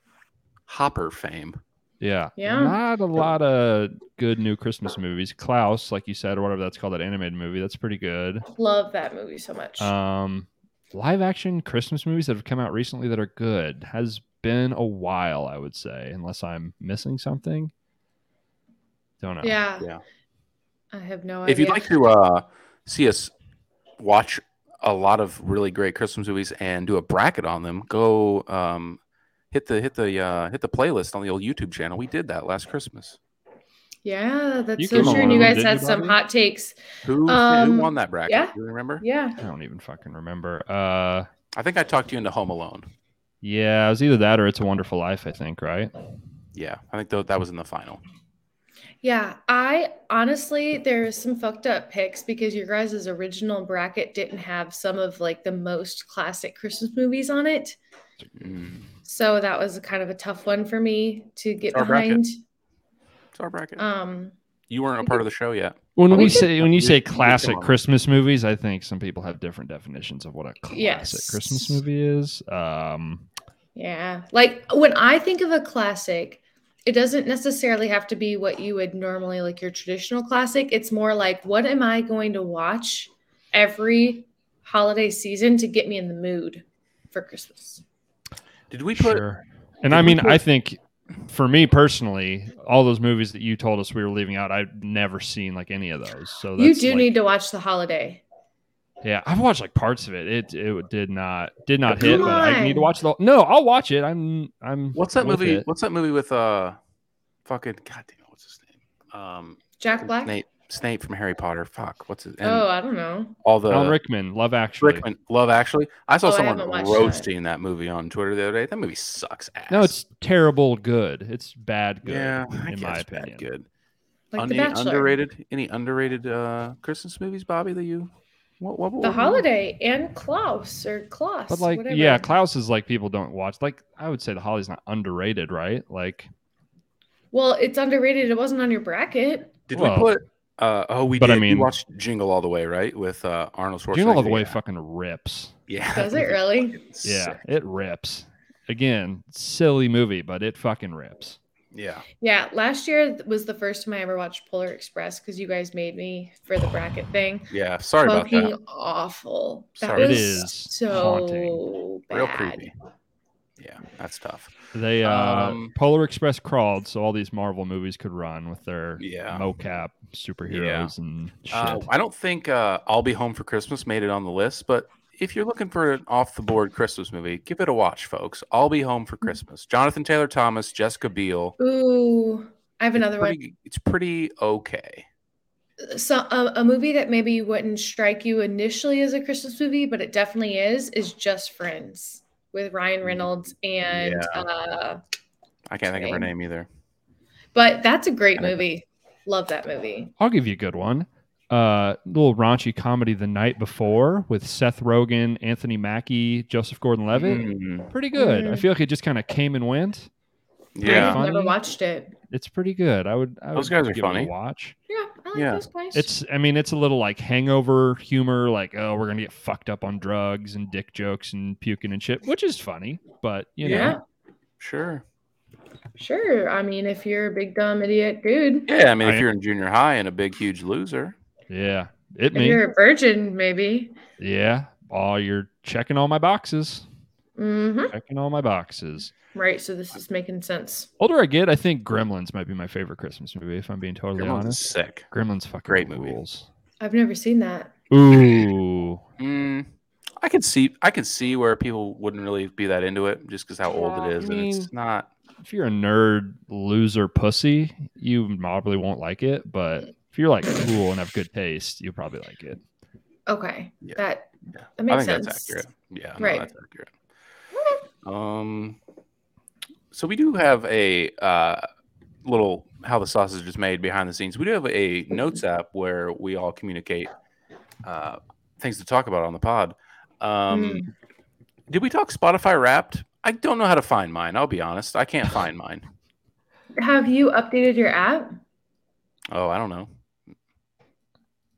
S2: Hopper fame.
S1: Yeah.
S3: Yeah.
S1: Not a lot of good new Christmas movies. Klaus, like you said, or whatever that's called, that animated movie, that's pretty good.
S3: Love that movie so much.
S1: Um, live action Christmas movies that have come out recently that are good has been a while, I would say, unless I'm missing something. Don't know.
S3: yeah.
S2: yeah.
S3: I have no idea.
S2: if you'd like to uh, see us watch a lot of really great Christmas movies and do a bracket on them, go um, hit the hit the uh, hit the playlist on the old YouTube channel. We did that last Christmas.
S3: Yeah, that's
S1: You
S3: so
S1: came on
S3: true.
S1: one
S3: And
S1: of
S3: you
S1: them,
S3: guys
S1: didn't
S3: had
S1: you,
S3: some
S1: Bobby?
S3: hot takes.
S2: Who,
S3: Um,
S2: who won that bracket?
S3: yeah.
S2: Do you remember?
S3: Yeah.
S1: I don't even fucking remember. Uh,
S2: I think I talked you into Home Alone.
S1: yeah, it was either that or It's a Wonderful Life, I think, right?
S2: Yeah, I think tho- that was in the final.
S3: Yeah. I honestly, there's some fucked up picks because your guys' original bracket didn't have some of like the most classic Christmas movies on it.
S2: Mm.
S3: So that was kind of a tough one for me to get
S2: Our bracket.
S3: behind.
S2: It's It's our bracket.
S3: Um,
S2: you weren't a part of the show yet.
S1: When
S2: Oh,
S1: we
S2: we
S1: say when you
S2: you-
S1: say
S2: you can
S1: classic
S2: come on.
S1: Christmas movies, I think some people have different definitions of what a classic
S3: Yes.
S1: Christmas movie is. Um,
S3: yeah. Like when I think of a classic, it doesn't necessarily have to be what you would normally like your traditional classic. It's more like, what am I going to watch every holiday season to get me in the mood for Christmas?
S2: Did we put?
S1: sure. And
S2: did
S1: I
S2: we
S1: mean,
S2: put-
S1: I think for me personally, all those movies that you told us we were leaving out, I've never seen like any of those. So that's
S3: you do
S1: like-
S3: need to watch the holiday.
S1: Yeah, I've watched like parts of it. It it did not did not
S2: Come
S1: hit, but I need to
S3: on.
S1: watch the. No, I'll watch it. I'm I'm.
S2: What's that
S1: with
S2: movie?
S1: it.
S2: What's that movie with uh, fucking goddamn, what's his name? Um,
S3: Jack Black.
S2: Snape. Snape from Harry Potter. Fuck, what's it? And
S3: Oh, I don't know.
S2: all the
S1: Alan Rickman, Love Actually.
S2: uh, Rickman. Love Actually. I saw
S3: Oh, I
S2: someone
S3: haven't watched that.
S2: roasting that. movie on Twitter the other day. That movie sucks ass.
S1: No, it's terrible. Good. It's bad. Good.
S2: yeah, I
S1: in
S2: guess
S1: my
S2: it's bad
S1: opinion.
S2: good.
S3: Like
S2: On
S3: The
S2: any
S3: Bachelor.
S2: underrated, any underrated uh Christmas movies, Bobby? That you, what, what, what
S3: The
S2: were-
S3: Holiday and Klaus or Klaus.
S1: But like,
S3: whatever.
S1: yeah, Klaus is like people don't watch. Like, I would say the Holly's not underrated, right? Like,
S3: well, it's underrated. It wasn't on your bracket.
S2: Did
S1: Well-
S2: we put? Uh, oh, we
S1: But I
S2: did.
S1: mean-
S2: we watched Jingle All the Way, right? With uh, Arnold Schwarzenegger.
S1: Jingle All the Way
S2: Yeah.
S1: fucking rips.
S2: yeah.
S3: Does it
S2: that
S3: really?
S2: movie sucks.
S1: Yeah, it rips. Again, silly movie, but it fucking rips.
S2: Yeah.
S3: Yeah, last year was the first time I ever watched Polar Express because you guys made me for the bracket thing.
S2: Yeah. Sorry about
S3: Fucking
S2: that.
S3: awful. That
S2: Sorry. It
S3: was
S1: is
S3: so bad.
S2: Real creepy. Yeah, that's tough.
S1: They uh,
S2: Um,
S1: Polar Express crawled, so all these Marvel movies could run with their
S2: Yeah.
S1: mocap superheroes and shit.
S2: Uh, I don't think uh, I'll Be Home for Christmas made it on the list, but if you're looking for an off the board Christmas movie, give it a watch, folks. I'll Be Home for Christmas. Jonathan Taylor Thomas, Jessica Biel.
S3: Ooh, I have
S2: It's
S3: another
S2: pretty, It's pretty okay.
S3: one. So a, a movie that maybe wouldn't strike you initially as a Christmas movie, but it definitely is, is Just Friends with
S1: Mm.
S3: Ryan Reynolds and.
S2: Yeah.
S3: Uh,
S2: I can't think of her
S3: Okay.
S2: name either.
S3: but that's a great movie. Love that movie.
S1: I'll give you a good one. Uh, little raunchy comedy the night before with Seth Rogen, Anthony Mackie, Joseph Gordon-Levitt.
S2: Mm,
S1: Pretty good. I
S3: Mhm.
S1: feel like it just kind of came and went.
S2: Yeah.
S3: I've never
S1: Funny.
S3: watched it.
S1: It's pretty good. I would. I
S2: Those
S1: would
S2: guys are
S1: give it a
S2: funny.
S1: watch.
S3: Yeah, I like
S2: Yeah.
S3: those guys.
S1: It's. I mean, it's a little like hangover humor, like oh, we're gonna get fucked up on drugs and dick jokes and puking and shit, which is funny. But you know,
S3: yeah,
S2: Sure.
S3: sure. I mean, if you're a big dumb idiot dude,
S2: Yeah, I mean,
S1: I-
S2: if you're in junior high and a big, huge loser,
S1: yeah, it
S3: if
S1: me.
S3: you're a virgin, maybe.
S1: Yeah. Oh, you're checking all my boxes.
S3: hmm
S1: Checking all my boxes.
S3: Right. So this is making sense.
S1: Older I get, I think Gremlins might be my favorite Christmas movie. If I'm being totally
S2: Gremlins is
S1: honest,
S2: sick.
S1: Gremlins fucking
S2: Great movie.
S1: rules.
S3: I've never seen that.
S1: Ooh,
S2: Mm, I could see, I could see where people wouldn't really be that into it just because how
S1: Yeah,
S2: old
S1: I
S2: it is, and
S1: mean-
S2: it's not.
S1: if you're a nerd loser pussy, you probably won't like it. But if you're like cool and have good taste, you'll probably like it.
S2: Mm-hmm.
S3: Okay.
S2: Yeah.
S3: That
S2: Yeah.
S3: that makes
S2: I think
S3: sense.
S2: that's accurate. Yeah, no,
S3: Right.
S2: that's accurate. Um, so we do have a uh, little how the sausage is made behind the scenes. We do have a notes app where we all communicate uh, things to talk about on the pod. Um,
S3: Mm.
S2: Did we talk Spotify Wrapped? I don't know how to find mine. I'll be honest. I can't find mine.
S3: Have you updated your app?
S2: Oh, I don't know.
S3: I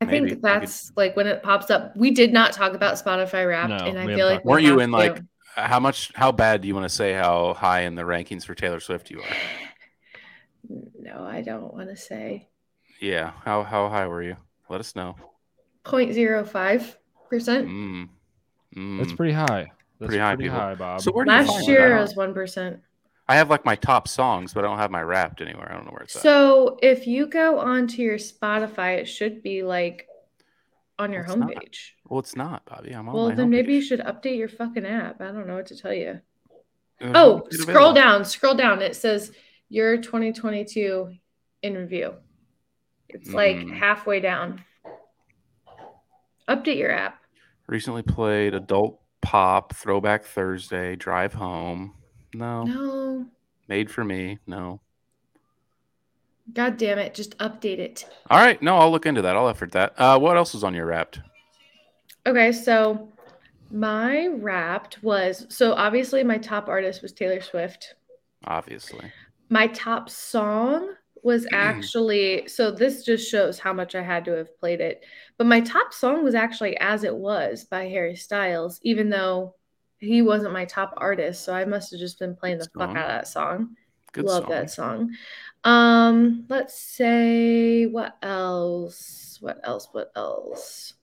S2: Maybe. I
S3: think
S2: could-
S3: that's like when it pops up. We did not talk about Spotify Wrapped,
S1: No,
S3: and I
S1: we haven't
S3: feel like
S1: talked
S3: we
S2: Weren't you
S3: have
S2: in,
S3: to.
S2: like, How much? How bad do you want to say how high in the rankings for Taylor Swift you are?
S3: No, I don't want to say
S2: Yeah. How how high were you? Let us know.
S3: 0.05 percent.
S2: Mm. Mm.
S1: That's pretty high. That's
S2: Pretty high, people.
S1: high, Bob.
S2: So where do you
S3: Last
S2: find
S3: year
S2: that?
S3: was one percent.
S2: I have like my top songs, but I don't have my wrapped anywhere. I don't know where it's at.
S3: So if you go onto your Spotify, it should be like on your
S2: It's not.
S3: homepage.
S2: Well, it's not, Bobby. I'm on
S3: Well,
S2: my
S3: then maybe you
S2: homepage.
S3: should update your fucking app. I don't know what to tell you.
S2: Uh,
S3: Oh,
S2: it's
S3: scroll
S2: available.
S3: down, scroll down. It says your 2022 in review. It's like
S2: Mm.
S3: halfway down. Update your app.
S2: Recently played adult pop, throwback Thursday, drive home. No,
S3: No,
S2: made for me. No.
S3: god damn it, just update it.
S2: All right. No, I'll look into that. I'll effort that. Uh, what else was on your wrapped?
S3: Okay, so my wrapped was so obviously my top artist was Taylor Swift.
S2: Obviously.
S3: My top song was actually so this just shows how much I had to have played it. But my top song was actually As It Was by Harry Styles, even though he wasn't my top artist, so I must have just been playing the fuck
S2: Song.
S3: out of that song.
S2: Good
S3: Love
S2: song.
S3: that song. Um, let's say what else? What else? What else?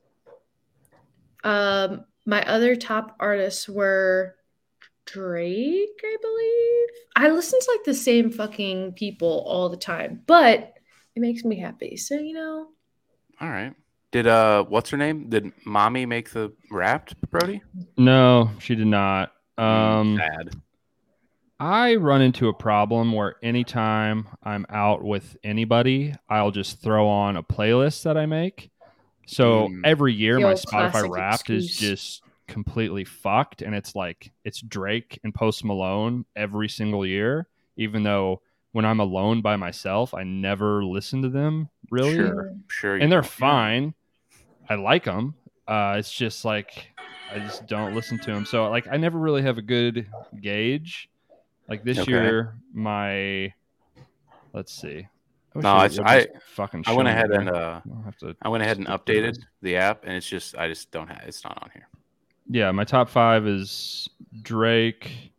S3: Um, my other top artists were Drake, I believe. I listen to like the same fucking people all the time, but it makes me happy. So you know,
S2: All right. Did uh, what's her name? Did mommy make the wrapped Brody?
S1: No, she did not. Um,
S2: Sad.
S1: I run into a problem where anytime I'm out with anybody, I'll just throw on a playlist that I make. So
S2: Mm.
S1: every year,
S3: The
S1: my
S3: old
S1: Spotify
S3: classic
S1: Wrapped is
S3: excuse.
S1: just completely fucked, and it's like it's Drake and Post Malone every single year. Even though when I'm alone by myself, I never listen to them really,
S2: Sure. Sure. you
S1: and they're
S2: don't.
S1: fine. I like them. Uh, it's just like I just don't listen to them. So like I never really have a good gauge. Like this
S2: Okay.
S1: year, my let's see. wish
S2: No,
S1: it
S2: I-
S1: would've
S2: I-
S1: just fucking.
S2: I went
S1: shown
S2: ahead
S1: me.
S2: and uh,
S1: I'll have to.
S2: I went ahead and
S1: Stick to
S2: updated
S1: this.
S2: the app, and it's just I just don't have it's not on here.
S1: Yeah, my top five is Drake,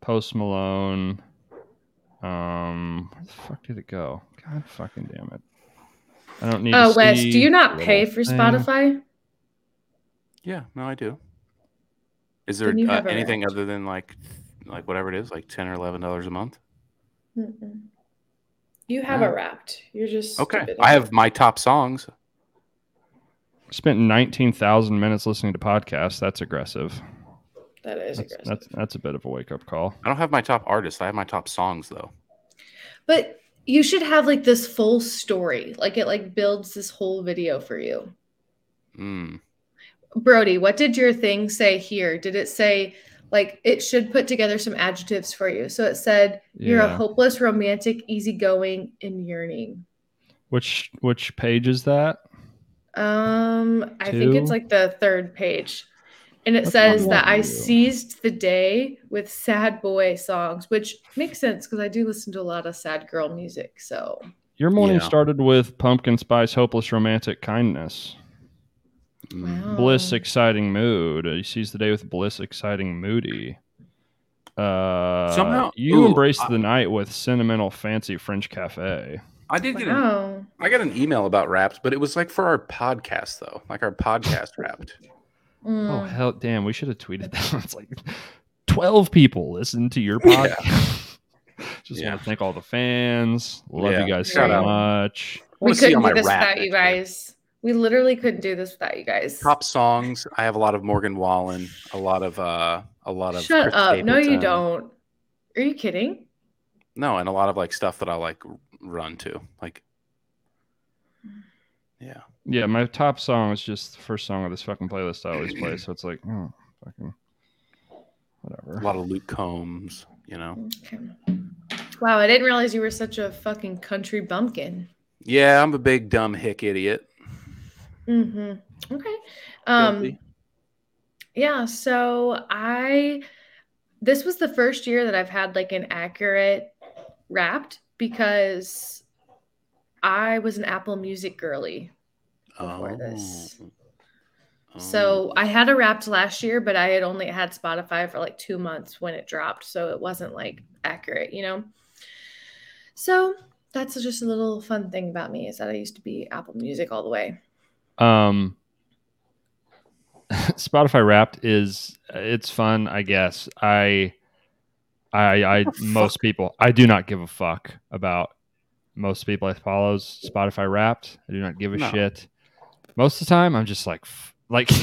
S1: Post Malone. Um, where the fuck did it go? God fucking damn it! I don't need.
S3: oh
S1: to
S3: Wes,
S1: see
S3: do you not
S1: the
S3: pay
S1: little
S3: for
S1: thing.
S3: Spotify?
S2: Yeah. No, I do. Is there
S3: Then you
S2: uh,
S3: have a
S2: anything
S3: Wrapped.
S2: other than like like whatever it is, like ten or eleven dollars a month?
S3: Mm-mm. You have a wrapped. You're just
S2: Okay.
S3: stupid.
S2: I have my top songs.
S1: Spent nineteen thousand minutes listening to podcasts. That's aggressive.
S3: that is
S1: That's,
S3: aggressive.
S1: that's that's a bit of a wake up call.
S2: I don't have my top artists. I have my top songs though.
S3: But you should have like this full story. Like it like builds this whole video for you.
S2: Mm.
S3: Brody, what did your thing say here? Did it say like it should put together some adjectives for you? So it said you're a
S1: Yeah.
S3: hopeless romantic, easygoing, and yearning.
S1: Which which page is that?
S3: Um, I think it's
S1: Two.
S3: like the third page. And it
S1: What's
S3: says
S1: wrong
S3: that
S1: with
S3: I
S1: you?
S3: seized the day with sad boy songs, which makes sense because I do listen to a lot of sad girl music. So
S1: Your morning
S2: Yeah.
S1: started with pumpkin spice, hopeless romantic kindness,
S2: Mm.
S1: bliss,
S3: Wow.
S1: exciting mood. He sees the day with bliss, exciting moody. Uh,
S2: Somehow-
S1: you
S2: ooh,
S1: embraced
S2: I-
S1: the night with sentimental, fancy French cafe.
S2: I did get an
S3: wow.
S2: I got an email about wrapped, but it was like for our podcast though, like our podcast wrapped.
S1: Oh
S3: Mm.
S1: hell, damn! We should have tweeted that. It's like twelve people listen to your podcast. Just
S2: Yeah.
S1: want to thank all the fans. Love
S2: Yeah.
S1: you guys
S3: Shout
S1: so
S3: out.
S1: much.
S2: I
S3: We
S2: wanna see
S3: couldn't
S2: all
S3: do
S2: my
S3: this
S2: rap
S3: without you
S2: next year.
S3: guys. We literally couldn't do this without you guys.
S2: Top songs. I have a lot of Morgan Wallen, a lot of uh a lot of
S3: Shut
S2: Chris
S3: up. No, you
S2: Stapleton.
S3: don't. Are you kidding?
S2: No, and a lot of like stuff that I like r- run to. Like Yeah.
S1: Yeah, my top song is just the first song of this fucking playlist I always play. So it's like, oh, fucking
S2: A
S1: whatever.
S2: lot of Luke Combs, you know.
S3: Okay. Wow, I didn't realize you were such a fucking country bumpkin.
S2: Yeah, I'm a big dumb hick idiot.
S3: Mm-hmm. Okay. Um,
S2: Guilty.
S3: Yeah, so I this was the first year that I've had like an accurate wrapped because I was an Apple Music girly. before this.
S2: Um, Oh.
S1: Um,
S3: So I had a wrapped last year, but I had only had Spotify for like two months when it dropped. So it wasn't like accurate, you know? So that's just a little fun thing about me is that I used to be Apple Music all the way.
S1: Um, Spotify Wrapped is it's fun, I guess. I, I, I most people I do not give a fuck about most people I follows Spotify Wrapped. I do not give a
S2: No.
S1: shit. Most of the time, I'm just like, f- like.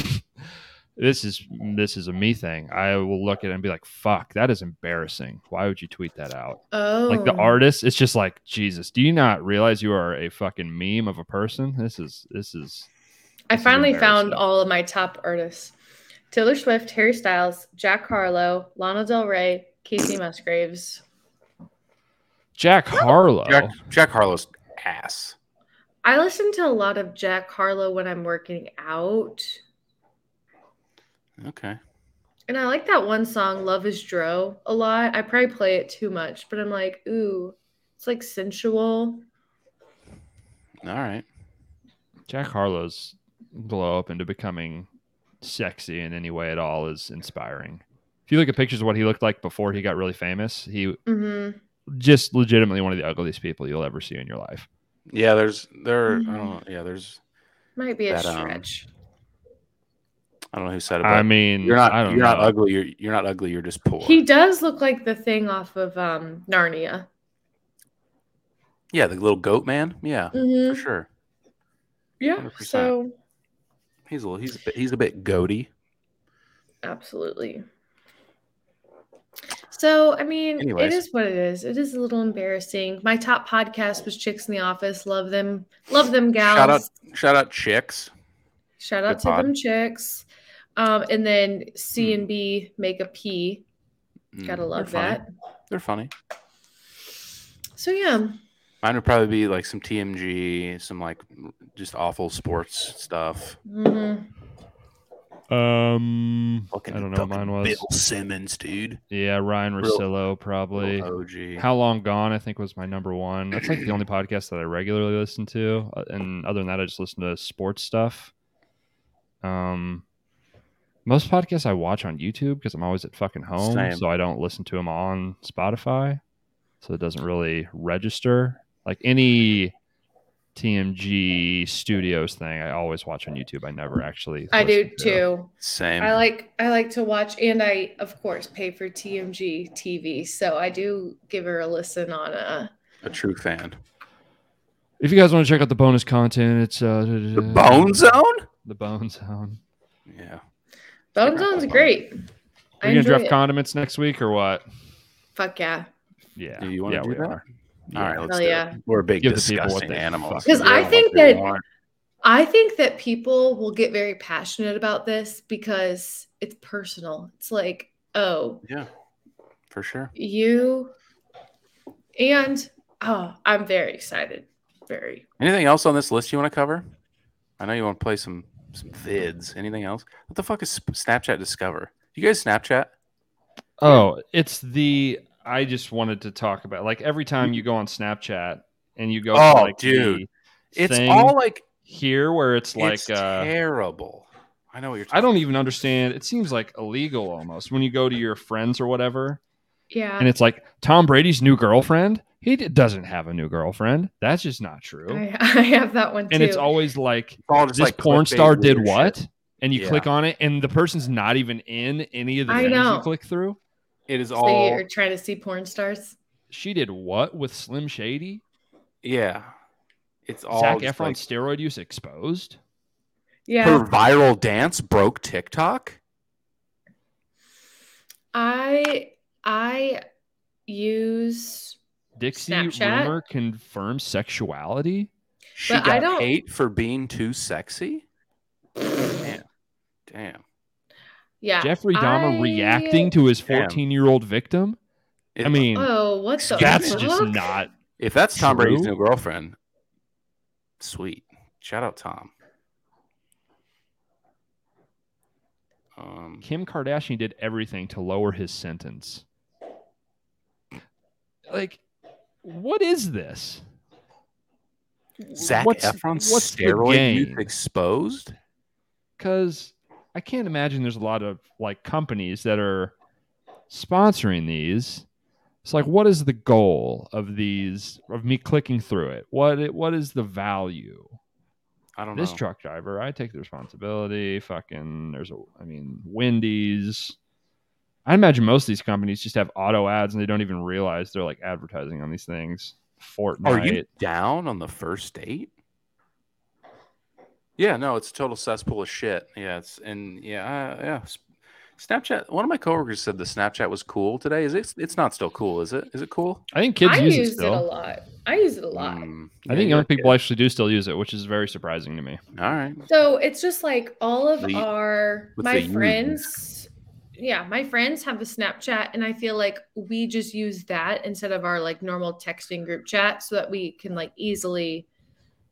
S1: This is this is a me thing. I will look at it and be like, "Fuck, that is embarrassing. Why would you tweet that out?"
S3: Oh,
S1: like the artist it's just like jesus do you not realize you are a fucking meme of a person this is this is
S3: I
S1: this is
S3: finally found
S1: embarrassing.
S3: all of my top artists Taylor Swift, Harry Styles, Jack Harlow, Lana Del Rey, Casey Musgraves.
S1: jack harlow
S2: um, Jack, Jack Harlow's ass.
S3: I listen to a lot of Jack Harlow when I'm working out.
S2: Okay.
S3: And I like that one song, Love is Dro, a lot. I probably play it too much, but I'm like, ooh, It's like sensual.
S4: All right.
S1: Jack Harlow's blow up into becoming sexy in any way at all is inspiring. If you look at pictures of what he looked like before he got really famous, he
S3: hmm
S1: just legitimately one of the ugliest people you'll ever see in your life.
S2: Yeah, there's there. I
S3: Mhm.
S2: don't. Yeah, there's.
S3: Might be a
S2: That, um,
S3: stretch.
S2: I don't know who said it. but
S1: I mean,
S2: you're not.
S1: I don't
S2: You're
S1: know.
S2: not ugly. You're you're not ugly. You're just poor.
S3: he does look like the thing off of um, Narnia.
S2: yeah, the little goat man. Yeah,
S3: hmm
S2: for sure.
S3: Yeah.
S2: 100%.
S3: So
S2: He's a little. He's a bit, he's a bit goaty.
S3: absolutely. So I mean,
S2: Anyways.
S3: it is what it is. It is a little embarrassing. My top podcast was Chicks in the Office. Love them. Love them, gals.
S2: Shout out, shout out, chicks.
S3: Shout out
S2: Good
S3: to them chicks. Um, and then C
S2: Hmm.
S3: and B make a P.
S2: Mm,
S3: Gotta
S2: they're
S3: love
S2: funny.
S3: that.
S2: They're funny.
S3: So yeah,
S2: Mine would probably be like some TMG, some like just awful sports stuff.
S3: Mhm.
S1: Um,
S2: Fucking,
S1: I don't know what
S2: fucking
S1: mine was.
S2: Bill Simmons, dude.
S1: yeah, Ryan
S2: Real-
S1: Rossillo probably.
S2: Little OG.
S1: How Long Gone, I think, was my number one. That's like the only podcast that I regularly listen to. uh, And other than that, I just listen to sports stuff. Um, most podcasts I watch on YouTube because I'm always at fucking home,
S2: Same.
S1: so I don't listen to them on Spotify, so it doesn't really register. Like any TMG Studios thing, I always watch on YouTube. I never actually.
S3: I do
S1: listen to.
S3: too.
S2: Same.
S3: I like I like to watch, and I of course pay for TMG TV, so I do give her a listen on uh, a.
S2: a true fan.
S1: If you guys want to check out the bonus content, it's uh, the
S2: The Bone Zone.
S1: The Bone Zone.
S2: Yeah.
S3: Bone Zone's great.
S1: Are
S3: I
S1: you gonna
S3: enjoy
S1: draft
S3: it.
S1: condiments next week or what?
S3: Fuck yeah,
S1: Yeah.
S2: Do you want
S1: yeah,
S2: to
S1: we
S2: do that?
S1: are.
S2: All right, let's
S3: Hell
S2: do
S3: yeah.
S2: it. We're big
S1: Give the people what
S2: disgusting
S1: they
S2: animals.
S1: fucking
S3: 'Cause I
S2: Yeah,
S3: think
S2: what they
S3: that-
S2: want.
S3: I think that people will get very passionate about this because it's personal. It's like, oh,
S2: yeah, for sure.
S3: you, and oh, I'm very excited. Very.
S2: Anything else on this list you want to cover? I know you want to play some some vids. Anything else? What the fuck is Sp- Snapchat Discover? You guys Snapchat?
S1: Oh, it's the I just wanted to talk about like every time you go on Snapchat and you go to,
S2: Oh,
S1: like the
S2: dude. It's
S1: thing
S2: all like
S1: here where it's like
S2: it's
S1: uh
S2: terrible. I know what you're. Talking
S1: I don't even understand. It seems like illegal almost when you go to your friends or whatever and
S3: Yeah.
S1: it's like Tom Brady's new girlfriend. He d- doesn't have a new girlfriend. That's just not true.
S3: I, I have that one too.
S1: and it's always like
S2: It's all just
S1: this
S2: like
S1: porn
S2: clickbait
S1: star did
S2: weird shit.
S1: what? And you
S2: Yeah.
S1: click on it and the person's not even in any of the
S3: I
S1: things you
S3: know.
S1: click through.
S2: It is
S3: so
S2: all.
S3: you're trying to see porn stars.
S1: She did what with Slim Shady?
S2: Yeah, it's all.
S1: Zach
S2: just
S1: Efron
S2: Oh, like,
S1: steroid use exposed.
S3: Yeah.
S2: her viral dance broke TikTok.
S3: I I use
S1: Dixie
S3: Snapchat?
S1: rumor confirms sexuality.
S2: She
S3: But
S2: got
S3: I don't-
S2: hate for being too sexy. Damn, damn.
S3: yeah.
S1: Jeffrey Dahmer
S3: I-
S1: reacting to his
S2: Damn.
S1: 14 year old victim. I
S2: If-
S1: mean,
S3: Oh, what the
S1: that's
S3: fuck?
S1: just not.
S2: if that's Tom Brady's
S1: true.
S2: new girlfriend, sweet. Shout out Tom. Um,
S1: Kim Kardashian did everything to lower his sentence. Like, what is this?
S2: Zach
S1: What's-
S2: Efron's
S1: what's the
S2: steroid use
S1: gain?
S2: exposed.
S1: because I can't imagine there's a lot of like companies that are sponsoring these. It's like, what is the goal of these of me clicking through it? What it, what is the value?
S2: I don't
S1: This
S2: know.
S1: truck driver, I take the responsibility. Fucking, there's a, I mean, Wendy's. I imagine most of these companies just have auto ads and they don't even realize they're like advertising on these things. Fortnite.
S2: Are Oh, you down on the first date? Yeah, no, it's a total cesspool of shit. Yeah, it's and yeah, uh, yeah. S- Snapchat. One of my coworkers said the Snapchat was cool today. Is it? It's not still cool, is it? Is it cool?
S1: I think kids
S3: I
S1: use it
S3: use it a
S1: still.
S3: lot. I use it a lot.
S2: Mm,
S1: I
S2: yeah,
S1: think
S2: you're
S1: young
S2: a kid.
S1: people actually do still use it, which is very surprising to me.
S2: All right.
S3: So it's just like all of
S2: The-
S3: our
S2: with
S3: my
S2: the
S3: friends. Yeah, my friends have a Snapchat, and I feel like we just use that instead of our like normal texting group chat, so that we can like easily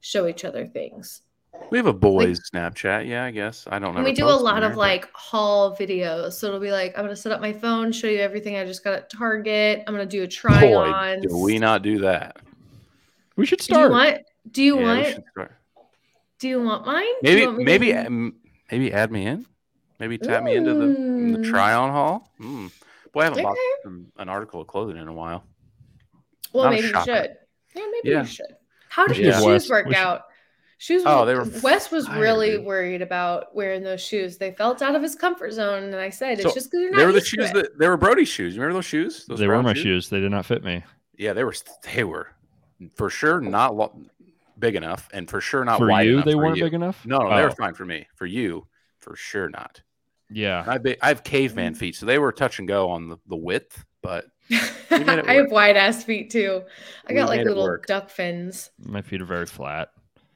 S3: show each other things.
S4: We have a boys Snapchat. Yeah, I guess. I don't know.
S3: And we do a lot of like haul videos. So it'll be like, I'm gonna set up my phone, show you everything I just got at Target. I'm gonna do a try
S4: Boy,
S3: on.
S4: do we not do that?
S1: We should
S3: do you
S1: start.
S3: want do you
S4: Yeah, we
S3: want
S4: should start.
S3: do you want mine? Do you
S4: Maybe
S3: want me to-
S4: maybe um, maybe add me in. Maybe tap me into the,
S3: Ooh.
S4: the try on haul.
S2: Hmm.
S4: Mm. Boy, I haven't bought
S3: Okay.
S4: some, an article of clothing in a while.
S3: Well
S4: not a
S3: maybe you
S4: shocker.
S3: should. Yeah, maybe
S4: Yeah.
S3: you should. How
S1: We
S3: did
S1: should
S3: your
S1: give
S3: shoes
S1: Wes-
S3: work
S1: we should-
S3: out? Shoes
S4: Oh,
S3: were-
S4: they were
S3: Wes was
S4: fire,
S3: really
S4: dude.
S3: worried about wearing those shoes. They felt out of his comfort zone. And I said,
S2: So,
S3: it's just because you're not
S2: They were the
S3: used to
S2: shoes
S3: it.
S2: that they were Brody's shoes. You remember those shoes? Those
S1: they were
S2: brown
S1: my shoes. They did not fit me.
S2: Yeah, they were. They were for sure not lo- big enough, and for sure not
S1: for
S2: wide
S1: you,
S2: enough
S1: they
S2: for
S1: weren't
S2: you.
S1: big enough.
S2: No, no, they were
S1: Oh,
S2: fine for me. For you, for sure not.
S1: yeah.
S2: I, be, I have caveman feet, so they were touch and go on the, the width, but made it
S3: I
S2: work.
S3: have wide ass feet too. I
S2: We
S3: got
S2: made
S3: like
S2: it
S3: little
S2: work.
S3: duck fins.
S1: My feet are very flat.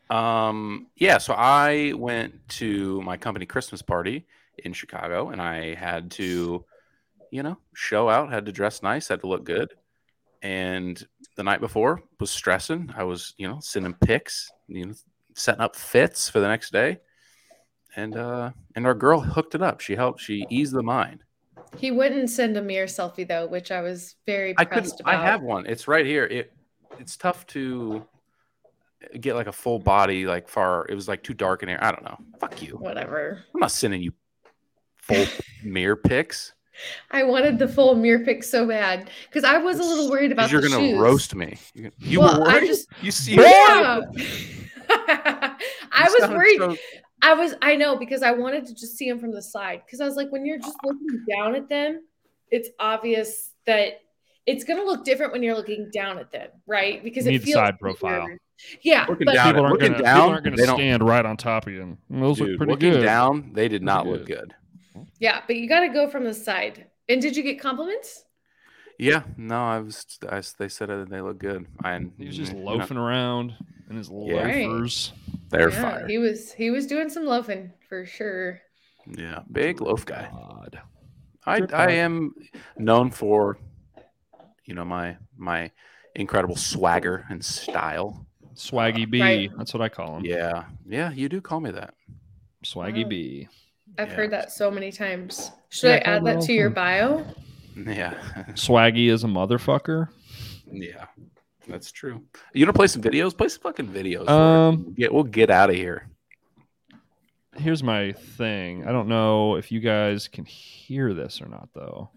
S2: um, yeah. So I went to my company Christmas party in Chicago, and I had to, you know, show out, had to dress nice, had to look good. And the night before was stressing. I was, you know, sending pics, you know, setting up fits for the next day. And uh, and our girl hooked it up. She helped. She eased the mind.
S3: He wouldn't send a mirror selfie though, which I was very
S2: I could
S3: pressed
S2: I
S3: about.
S2: have one. It's right here. It it's tough to get like a full body like far. It was like too dark in here. I don't know. Fuck you.
S3: Whatever.
S2: I'm not sending you full mirror pics.
S3: I wanted the full mirror pick so bad because I was a little worried
S2: 'cause
S3: about
S2: You're
S3: the
S2: gonna
S3: shoes.
S2: roast me. You, you
S3: Well,
S2: were
S3: I
S2: worried?
S3: just-
S2: you see, you
S3: Yeah. I
S2: sounded
S3: was worried.
S2: so-
S3: I was I know because I wanted to just see them from the side because I was like when you're just looking down at them, it's obvious that it's gonna look different when you're looking down at them, right? Because
S1: You
S3: it
S1: need
S3: feels
S1: side profile.
S3: weird. Yeah,
S2: Looking
S3: but
S2: Down it.
S1: people, aren't
S2: Looking
S1: gonna,
S2: down,
S1: people aren't going
S2: they
S1: to
S2: don't-
S1: stand right on top of you. And Those
S2: dude,
S1: look pretty
S2: looking
S1: good.
S2: down, they did not
S1: Pretty
S2: look
S1: good.
S2: good.
S3: yeah, but you gotta go from the side. And did you get compliments?
S2: Yeah, no, I was. I, s- they said that they look good. I,
S1: He was just
S2: no,
S1: loafing around in his
S2: Yeah.
S1: loafers.
S2: They're
S3: yeah,
S2: fire.
S3: he was he was doing some loafing for sure.
S2: Yeah, big loaf guy.
S1: God.
S2: I,
S1: Trip
S2: I
S1: hop.
S2: am known for, you know, my my incredible swagger and style.
S1: Swaggy B.
S3: Right.
S1: That's what I call him.
S2: Uh, Yeah, yeah, you do call me that.
S1: Swaggy
S3: Wow.
S1: B.
S3: I've
S2: Yeah.
S3: heard that so many times. Should
S1: Yeah,
S3: I
S1: kinda
S3: add that to your
S1: loafing.
S3: bio?
S2: Yeah,
S1: Swaggy is a motherfucker.
S2: yeah, that's true. You want to play some videos? Play some fucking videos. for
S1: Um,
S2: us. We'll get we'll get out of here.
S1: Here's my thing. I don't know if you guys can hear this or not, though.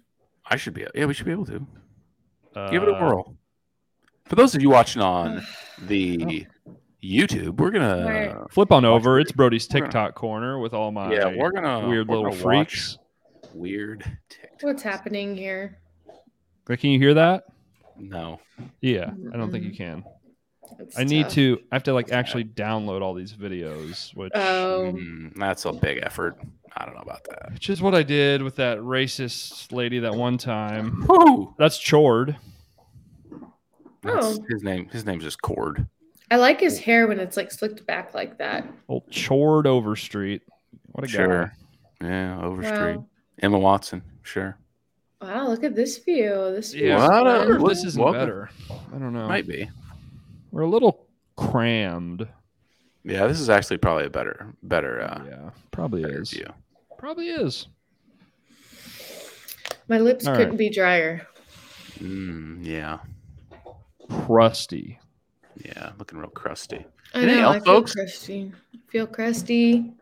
S2: I should be. Yeah, we should be able to
S1: Uh,
S2: give it a whirl. For those of you watching on the
S1: Oh.
S2: YouTube, we're gonna
S1: Flip on over. It's Brody's
S2: We're gonna-
S1: TikTok corner with all my
S2: yeah, we're gonna
S1: weird
S2: we're
S1: little
S2: gonna watch
S1: freaks.
S2: Weird. TikToks.
S3: What's happening here?
S1: Like, Can you hear that?
S2: No.
S1: Yeah, I don't think you
S3: Mm-mm.
S1: can.
S3: It's
S1: I need
S3: tough.
S1: to. I have to like actually download all these videos, which
S3: Oh,
S2: Mm, that's a big effort. I don't know about that.
S1: which is what I did with that racist lady that one time.
S2: Woo!
S1: That's Chord.
S2: That's-
S3: Oh.
S2: His name. His name's just Cord.
S3: I like his hair when it's like slicked back like that.
S1: Old Chord Overstreet. What a guy.
S2: Sure. Yeah, Overstreet.
S3: Wow.
S2: Emma Watson. Sure.
S3: Wow, look at this view. This view.
S1: Yeah.
S3: is
S2: What
S1: I wonder
S3: fun.
S1: if
S2: Look-
S1: this isn't
S2: welcome.
S1: better. I don't know.
S2: Might be.
S1: We're a little crammed.
S2: Yeah, this is actually probably a better, better, uh,
S1: yeah, probably
S2: better
S1: is.
S2: view.
S1: Probably is.
S3: My lips
S1: All right.
S3: couldn't be drier.
S2: Mm, yeah.
S1: Crusty.
S2: Yeah. Looking real crusty.
S3: I
S2: Anything
S3: know.
S2: else,
S3: I feel
S2: folks?
S3: crusty. Feel crusty.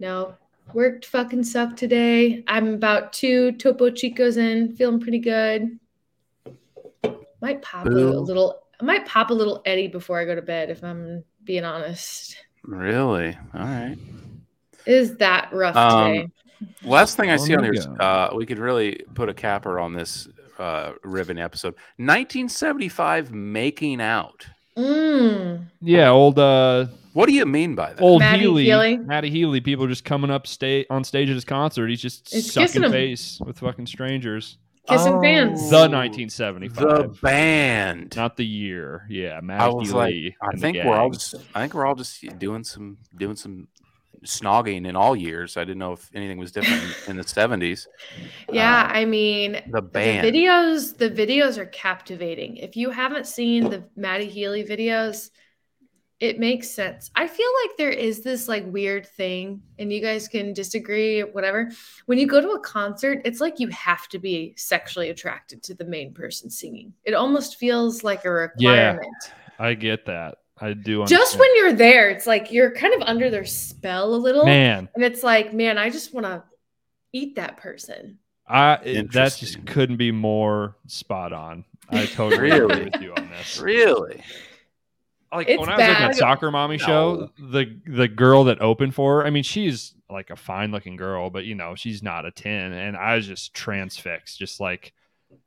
S3: No, worked fucking suck today. I'm about two Topo Chicos in. Feeling pretty good. Might pop
S2: Boo.
S3: a little. I might pop a little Eddie before I go to bed. If I'm being honest,
S2: Really? All right.
S3: it is that rough
S2: Um,
S3: today?
S2: Last thing I
S1: Well,
S2: see on
S1: there you
S2: here is
S1: Oh, go.
S2: uh, we could really put a capper on this uh, ribbon episode. 1975 making out.
S3: Mm.
S1: Yeah, old uh
S2: What do you mean by that?
S1: old
S3: Matty
S1: Healy,
S3: Healy.
S1: Matty Healy. People are just coming up sta- on stage at his concert. He's just
S3: He's kissing
S1: sucking
S3: 'em.
S1: face with fucking strangers.
S3: Kissing
S2: Oh.
S3: fans.
S1: The 1975,
S2: The band.
S1: not the year. Yeah, Matty
S2: I was like,
S1: Healy.
S2: I
S1: and the
S2: think we're all
S1: gang.
S2: just, I think we're all just doing some doing some snogging in all years. I didn't know if anything was different in the seventies.
S3: Yeah,
S2: uh,
S3: I mean,
S2: The
S3: the
S2: band,
S3: videos the videos are captivating if you haven't seen the maddie healy videos it makes sense. I feel like there is this like weird thing, and you guys can disagree, whatever. When you go to a concert, it's like you have to be sexually attracted to the main person singing. It almost feels like a
S1: Yeah.
S3: requirement.
S1: I get that. I do.
S3: Just
S1: understand.
S3: when you're there, it's like you're kind of under their spell a little.
S1: man,
S3: And it's like, man, I just want to eat that person.
S1: I it- that
S2: Interesting.
S1: just couldn't be more spot on. I totally agree
S2: Really?
S1: with you on this.
S2: Really?
S1: Like
S3: It's
S1: when I was looking
S3: bad.
S1: at Soccer Mommy show, the the girl that opened for her, I mean, she's like a fine looking girl, but you know, she's not a ten. And I was just transfixed, just like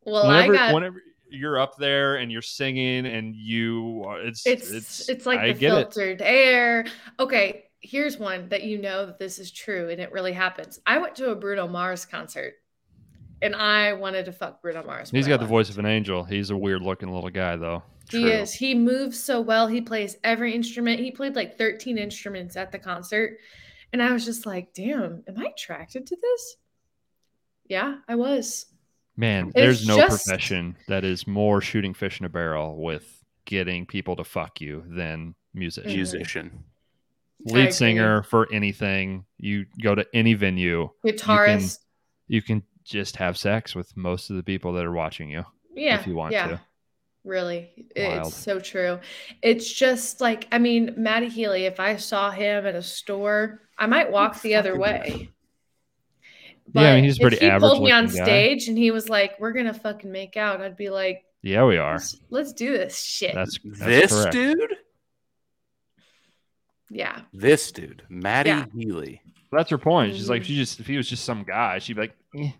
S3: Well,
S1: whenever
S3: I got
S1: whenever you're up there and you're singing and you are- it's
S3: it's it's, like
S1: I
S3: the
S1: get it.
S3: filtered air. Okay, here's one that you know that this is true and it really happens. I went to a Bruno Mars concert and I wanted to fuck Bruno Mars.
S1: He's
S3: when I
S1: got the
S3: left.
S1: voice of an angel. He's a weird looking little guy though.
S3: He is. He moves so well. He plays every instrument. He played like 13 instruments at the concert. And I was just like, damn, am I attracted to this? Yeah, I was.
S1: Man,
S3: It's
S1: there's no
S3: just-
S1: profession that is more shooting fish in a barrel with getting people to fuck you than musicians.
S3: Mhm.
S2: Musician.
S3: I
S1: Lead
S3: agree.
S1: singer for anything. You go to any venue,
S3: Guitarist.
S1: you can just have sex with most of the people that are watching you.
S3: yeah.
S1: if you want
S3: yeah.
S1: to.
S3: Really. I-
S1: Wild.
S3: It's so true. It's just like, I mean, Matty Healy, if I saw him at a store, I might walk the other
S2: fucking-
S3: way.
S1: Yeah, I mean, he's a
S3: if
S1: pretty
S3: he pulled me on
S1: average-looking guy.
S3: stage and he was like, we're going to fucking make out, I'd be like,
S1: Yeah, we are.
S3: let's, let's do this shit.
S1: That's, that's
S2: This
S1: correct.
S2: dude?
S3: yeah.
S2: This dude. Maddie
S3: Yeah.
S2: Healy.
S1: That's her point. She's like,
S3: Mhm.
S1: she just if he was just some guy, she'd be like, eh.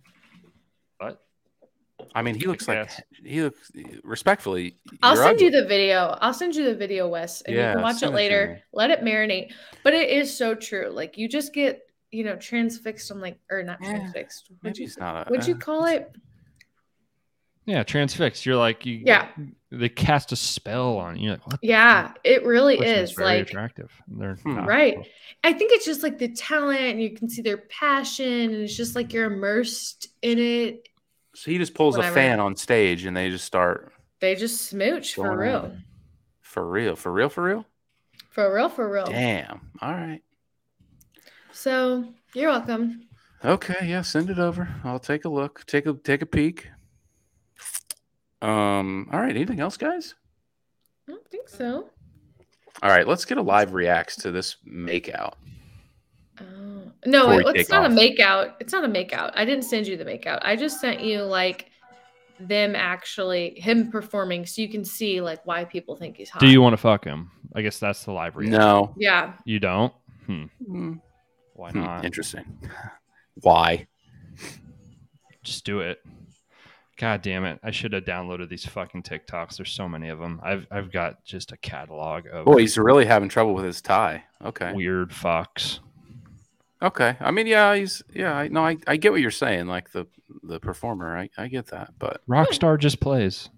S2: I mean, he looks like
S1: guess.
S2: he looks respectfully.
S3: I'll
S2: you're
S3: send you
S2: ugly.
S3: the video. I'll send you the video, Wes, and you
S2: Yeah,
S3: can watch it
S2: send it to
S3: later.
S2: me.
S3: Let it marinate. But it is so true. Like you just get, you know, transfixed on like or not
S2: Yeah,
S3: transfixed. Would
S2: Maybe
S3: you
S2: he's not a.
S3: would you
S2: uh,
S3: call it?
S1: yeah, transfixed. You're like, you,
S3: Yeah.
S1: they cast a spell on you. You're like, what?
S3: Yeah, it really
S1: Person's
S3: is.
S1: very
S3: Like
S1: attractive. They're
S2: Hmm.
S1: not.
S3: right. I think it's just like the talent, and you can see their passion, and it's just like you're immersed in it.
S2: So he just pulls
S3: whatever.
S2: a fan on stage and they just start
S3: They just smooch for
S2: Going at
S3: real.
S2: it. for real, for real, for real.
S3: For real, for real.
S2: Damn. All right.
S3: So you're welcome.
S2: Okay. Yeah. Send it over. I'll take a look. Take a take a peek. Um. All right. Anything else, guys?
S3: I don't think so.
S2: All right. Let's get a live reacts to this makeout.
S3: Oh. No,
S2: Before
S3: it-
S2: we take
S3: it's not a
S2: off.
S3: makeout. It's not a makeout. I didn't send you the makeout. I just sent you like them actually him performing, so you can see like why people think he's hot.
S1: Do you want to fuck him? I guess that's the live reaction.
S2: No.
S3: Yeah,
S1: You don't? Hmm.
S2: Hmm,
S1: Why
S2: hmm,
S1: not?
S2: Interesting. Why?
S1: Just do it. God damn it. I should have downloaded these fucking TikToks. There's so many of them. I've, I've got just a catalog of
S2: Boy, Oh, he's really having trouble with his tie. Okay.
S1: weird fucks.
S3: Hmm.
S2: Okay. I mean, yeah, he's yeah. I no, I, I get what you're saying. Like the the performer, I, I get that. But
S1: Rockstar just plays.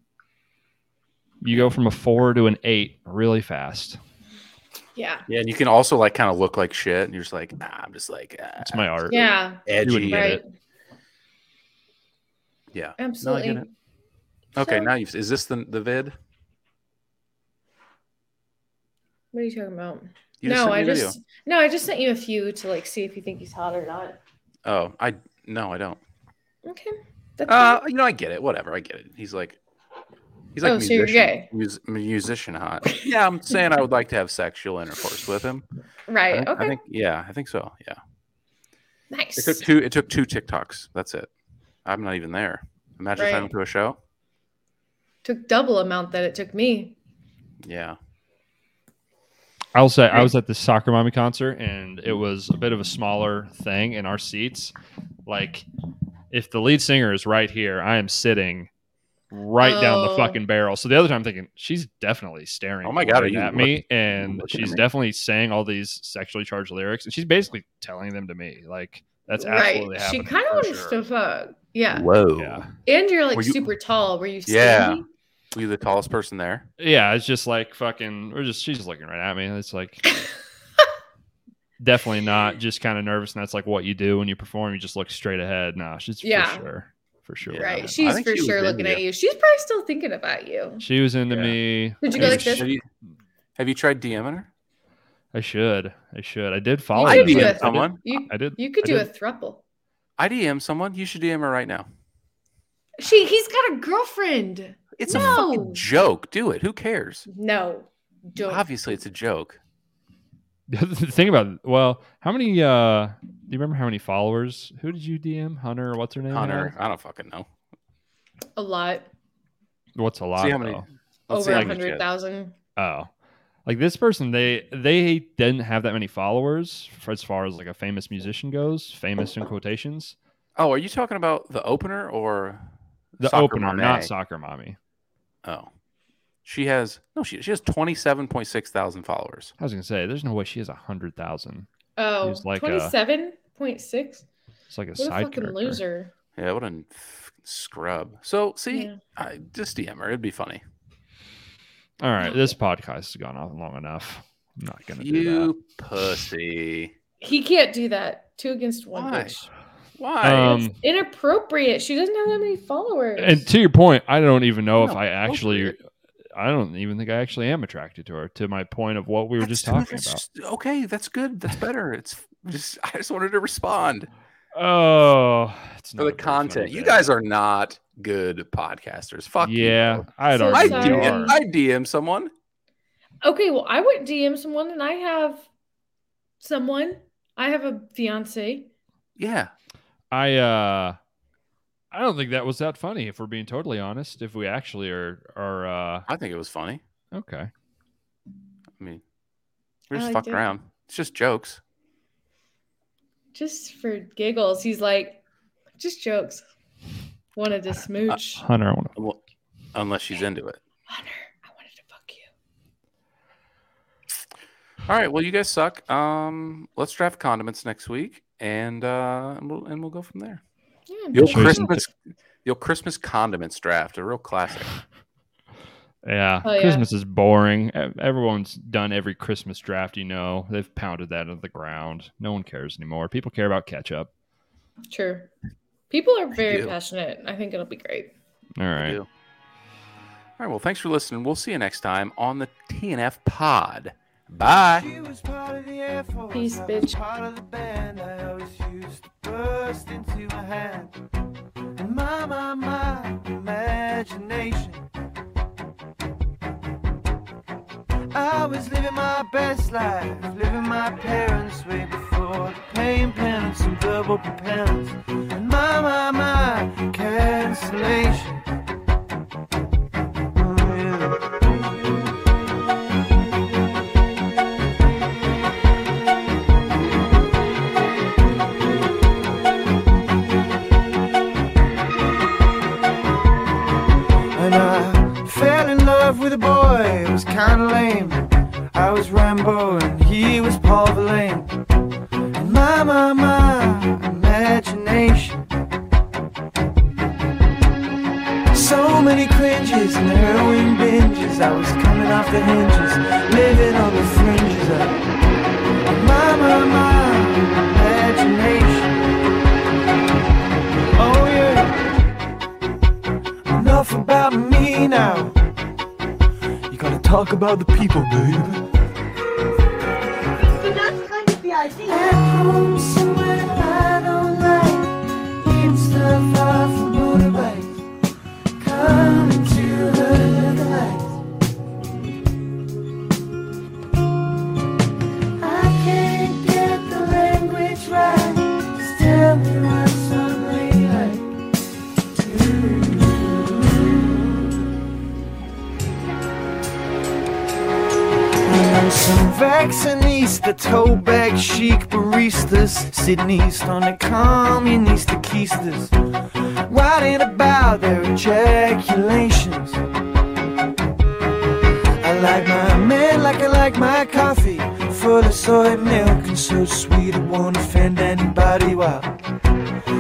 S1: You go from a four to an eight really fast.
S3: yeah,
S2: yeah, and you can also like kind of look like shit, and you're just like, nah, I'm just like ah,
S1: It's my art.
S3: yeah,
S1: You
S2: edgy.
S1: wouldn't get
S3: right,
S1: it.
S2: Yeah.
S3: absolutely.
S2: it. Okay.
S3: So-
S2: Now you've is this the the vid?
S3: what are you talking about?
S2: You
S3: no,
S2: sent me
S3: I
S2: a
S3: just
S2: video.
S3: no, I just sent you a few to like see if you think he's hot or not.
S2: Oh, I no, I don't.
S3: Okay, that's
S2: Uh,
S3: fine.
S2: you know, I get it. Whatever, I get it. He's like, he's like
S3: Oh, so you're gay.
S2: mus- musician hot. Yeah, I'm saying I would like to have sexual intercourse with him. I
S3: right.
S2: think,
S3: okay,
S2: I think, yeah, I think so. Yeah, it
S3: nice.
S2: took two. It took two TikToks. That's it. I'm not even there. Imagine if I
S3: Right.
S2: went to a show.
S3: took double amount that it took me.
S2: Yeah.
S1: I'll say I was at the soccer mommy concert and it was a bit of a smaller thing in our seats. Like if the lead singer is right here, I am sitting right down the
S3: Oh.
S1: fucking barrel. So the other time I'm thinking she's definitely staring
S2: Oh my God, are
S1: right
S2: you
S1: at me
S2: you
S1: and
S2: looking at
S1: she's
S2: me?
S1: definitely saying all these sexually charged lyrics and she's basically telling them to me. Like that's
S3: right.
S1: absolutely
S3: She
S1: happening.
S3: kind of
S1: for
S3: wants
S1: sure.
S3: to fuck. Yeah,
S2: Whoa.
S1: Yeah.
S3: and you're
S2: Were
S3: like
S2: you-
S3: super tall. Were you?
S2: Yeah.
S3: Standing?
S2: Were you the tallest person there?
S1: Yeah, it's just like fucking we're just she's just looking right at me. and It's like definitely not just kind of nervous and that's like what you do when you perform you just look straight ahead nah she's
S3: Yeah.
S1: for sure for sure
S2: Yeah.
S3: Right.
S1: she,
S3: She's
S2: think
S3: for
S2: she was
S3: sure
S2: into
S3: looking at
S2: you.
S3: you. She's probably still thinking about you.
S1: was into
S2: Yeah.
S1: me
S3: Did
S1: It
S3: you go
S1: was
S3: like this?
S1: sh-
S2: Did you, Have you tried DMing her?
S1: I should. I should. I did follow.
S3: I
S1: that.
S3: did.
S1: I did-
S2: Someone?
S3: You
S1: I did.
S3: you could
S1: I
S3: do a
S1: did.
S3: thruple.
S2: I DM someone. You should DM her right now.
S3: She he's got a girlfriend.
S2: It's a
S3: No.
S2: fucking joke. Do it. Who cares?
S3: No, don't.
S2: Obviously, it's a joke.
S1: the thing about it, well, how many? uh Do you remember how many followers? Who did you DM? Hunter? or What's her name?
S2: Hunter,
S1: has?
S2: I don't fucking know.
S3: a lot
S1: What's a lot?
S2: see how many.
S1: though?
S2: Let's see
S3: over
S2: how
S3: a
S2: many she
S3: hundred
S2: has.
S3: thousand.
S1: Oh, like this person, they they didn't have that many followers for as far as like a famous musician goes. Famous in quotations.
S2: Oh, are you talking about the opener or
S1: The
S2: Soccer
S1: opener, not
S2: Monet?
S1: soccer mommy.
S2: Oh, she has no. She she has twenty seven point six thousand followers.
S1: I was gonna say, there's no way she has a hundred thousand.
S3: Oh,
S1: He's like a-
S3: 27.6
S1: It's like a
S3: What a
S1: side
S3: fucking
S1: character.
S3: loser.
S2: Yeah, what a n- f- scrub. So see,
S3: Yeah.
S2: I, just DM her. It'd be funny.
S1: All right, this podcast has gone on long enough. I'm not gonna do that.
S2: You pussy.
S3: He can't do that. Two against one.
S2: Why?
S3: bitch.
S2: Why?
S1: Um,
S3: Inappropriate. She doesn't have that many followers.
S1: And to your point, I don't even know if
S2: No,
S1: I
S2: go for
S1: actually,
S2: it.
S1: I don't even think I actually am attracted to her. To my point of what we were just talking about.
S2: Okay, that's good. That's better. It's just I just wanted to respond
S1: Oh, it's
S2: for
S1: not
S2: the
S1: a very funny
S2: content. You
S1: day.
S2: guys are not good podcasters. Fuck you,
S1: yeah,
S2: bro.
S1: I'd
S3: So
S1: argue
S2: I
S1: you
S3: sorry.
S1: are.
S2: DM, I DM someone.
S3: okay, well, I would DM someone, and I have someone. I have a fiance.
S2: Yeah.
S1: I uh, I don't think that was that funny. If we're being totally honest, if we actually are are
S2: I think it was funny.
S1: uh, okay.
S2: I mean, we're
S3: I
S2: just
S3: liked
S2: fucking
S3: it.
S2: around. It's just jokes.
S3: Just for giggles, he's like, just jokes. Wanted to smooch.
S1: Hunter, I want to.
S2: Well, unless she's into it.
S3: Hunter, I wanted to fuck you.
S2: All right. Well, you guys suck. Um, let's draft condiments next week, and uh, and we'll and we'll go from there.
S3: Yeah, I'm
S2: Your
S3: down.
S2: Christmas, your Christmas condiments draft, a real classic.
S1: Yeah,
S3: Oh, yeah.
S1: Christmas is boring. Ev- Everyone's done every Christmas draft. You know, they've pounded that into the ground. No one cares anymore. People care about ketchup.
S3: True. People are very
S2: do.
S3: passionate. I think it'll be great.
S1: All
S2: I
S1: right.
S2: do. All right. Well, thanks for listening. We'll see you next time on the TNF Pod. Bye.
S5: She was part of the Air Force.
S3: Peace,
S5: I was
S3: bitch.
S5: Part of the band I always used to burst into my hand. And my, my, my imagination. I was living my best life, living my parents' way before the pain penance and double penance. And my, my, my cancellation. Oh, yeah. And I fell in love with a boy, it was kinda lame. I was Rambo and he was Paul Verlaine. And my, my, my imagination. So many cringes and heroin binges. I was coming off the hinges, living on the fringes of my, my, my imagination. Oh, yeah enough about me now. You gotta talk about the people, baby.
S6: That's kind of the idea.
S5: At home somewhere I don't like. Hipster far from motorbikes. Coming to the lights. I can't get the language right. Just tell me what something like. And some vaccinista, toe bag chic baristas, sitting east on the communista keisters, writing about their ejaculations. I like my men like I like my coffee, full of soy milk and so sweet it won't offend anybody while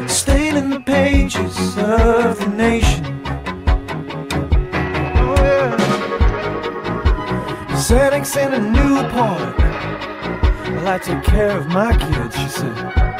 S5: staining the pages of the nation. Oh, yeah. Xanax and a new part. Well, I take care of my kids, she said. Mm.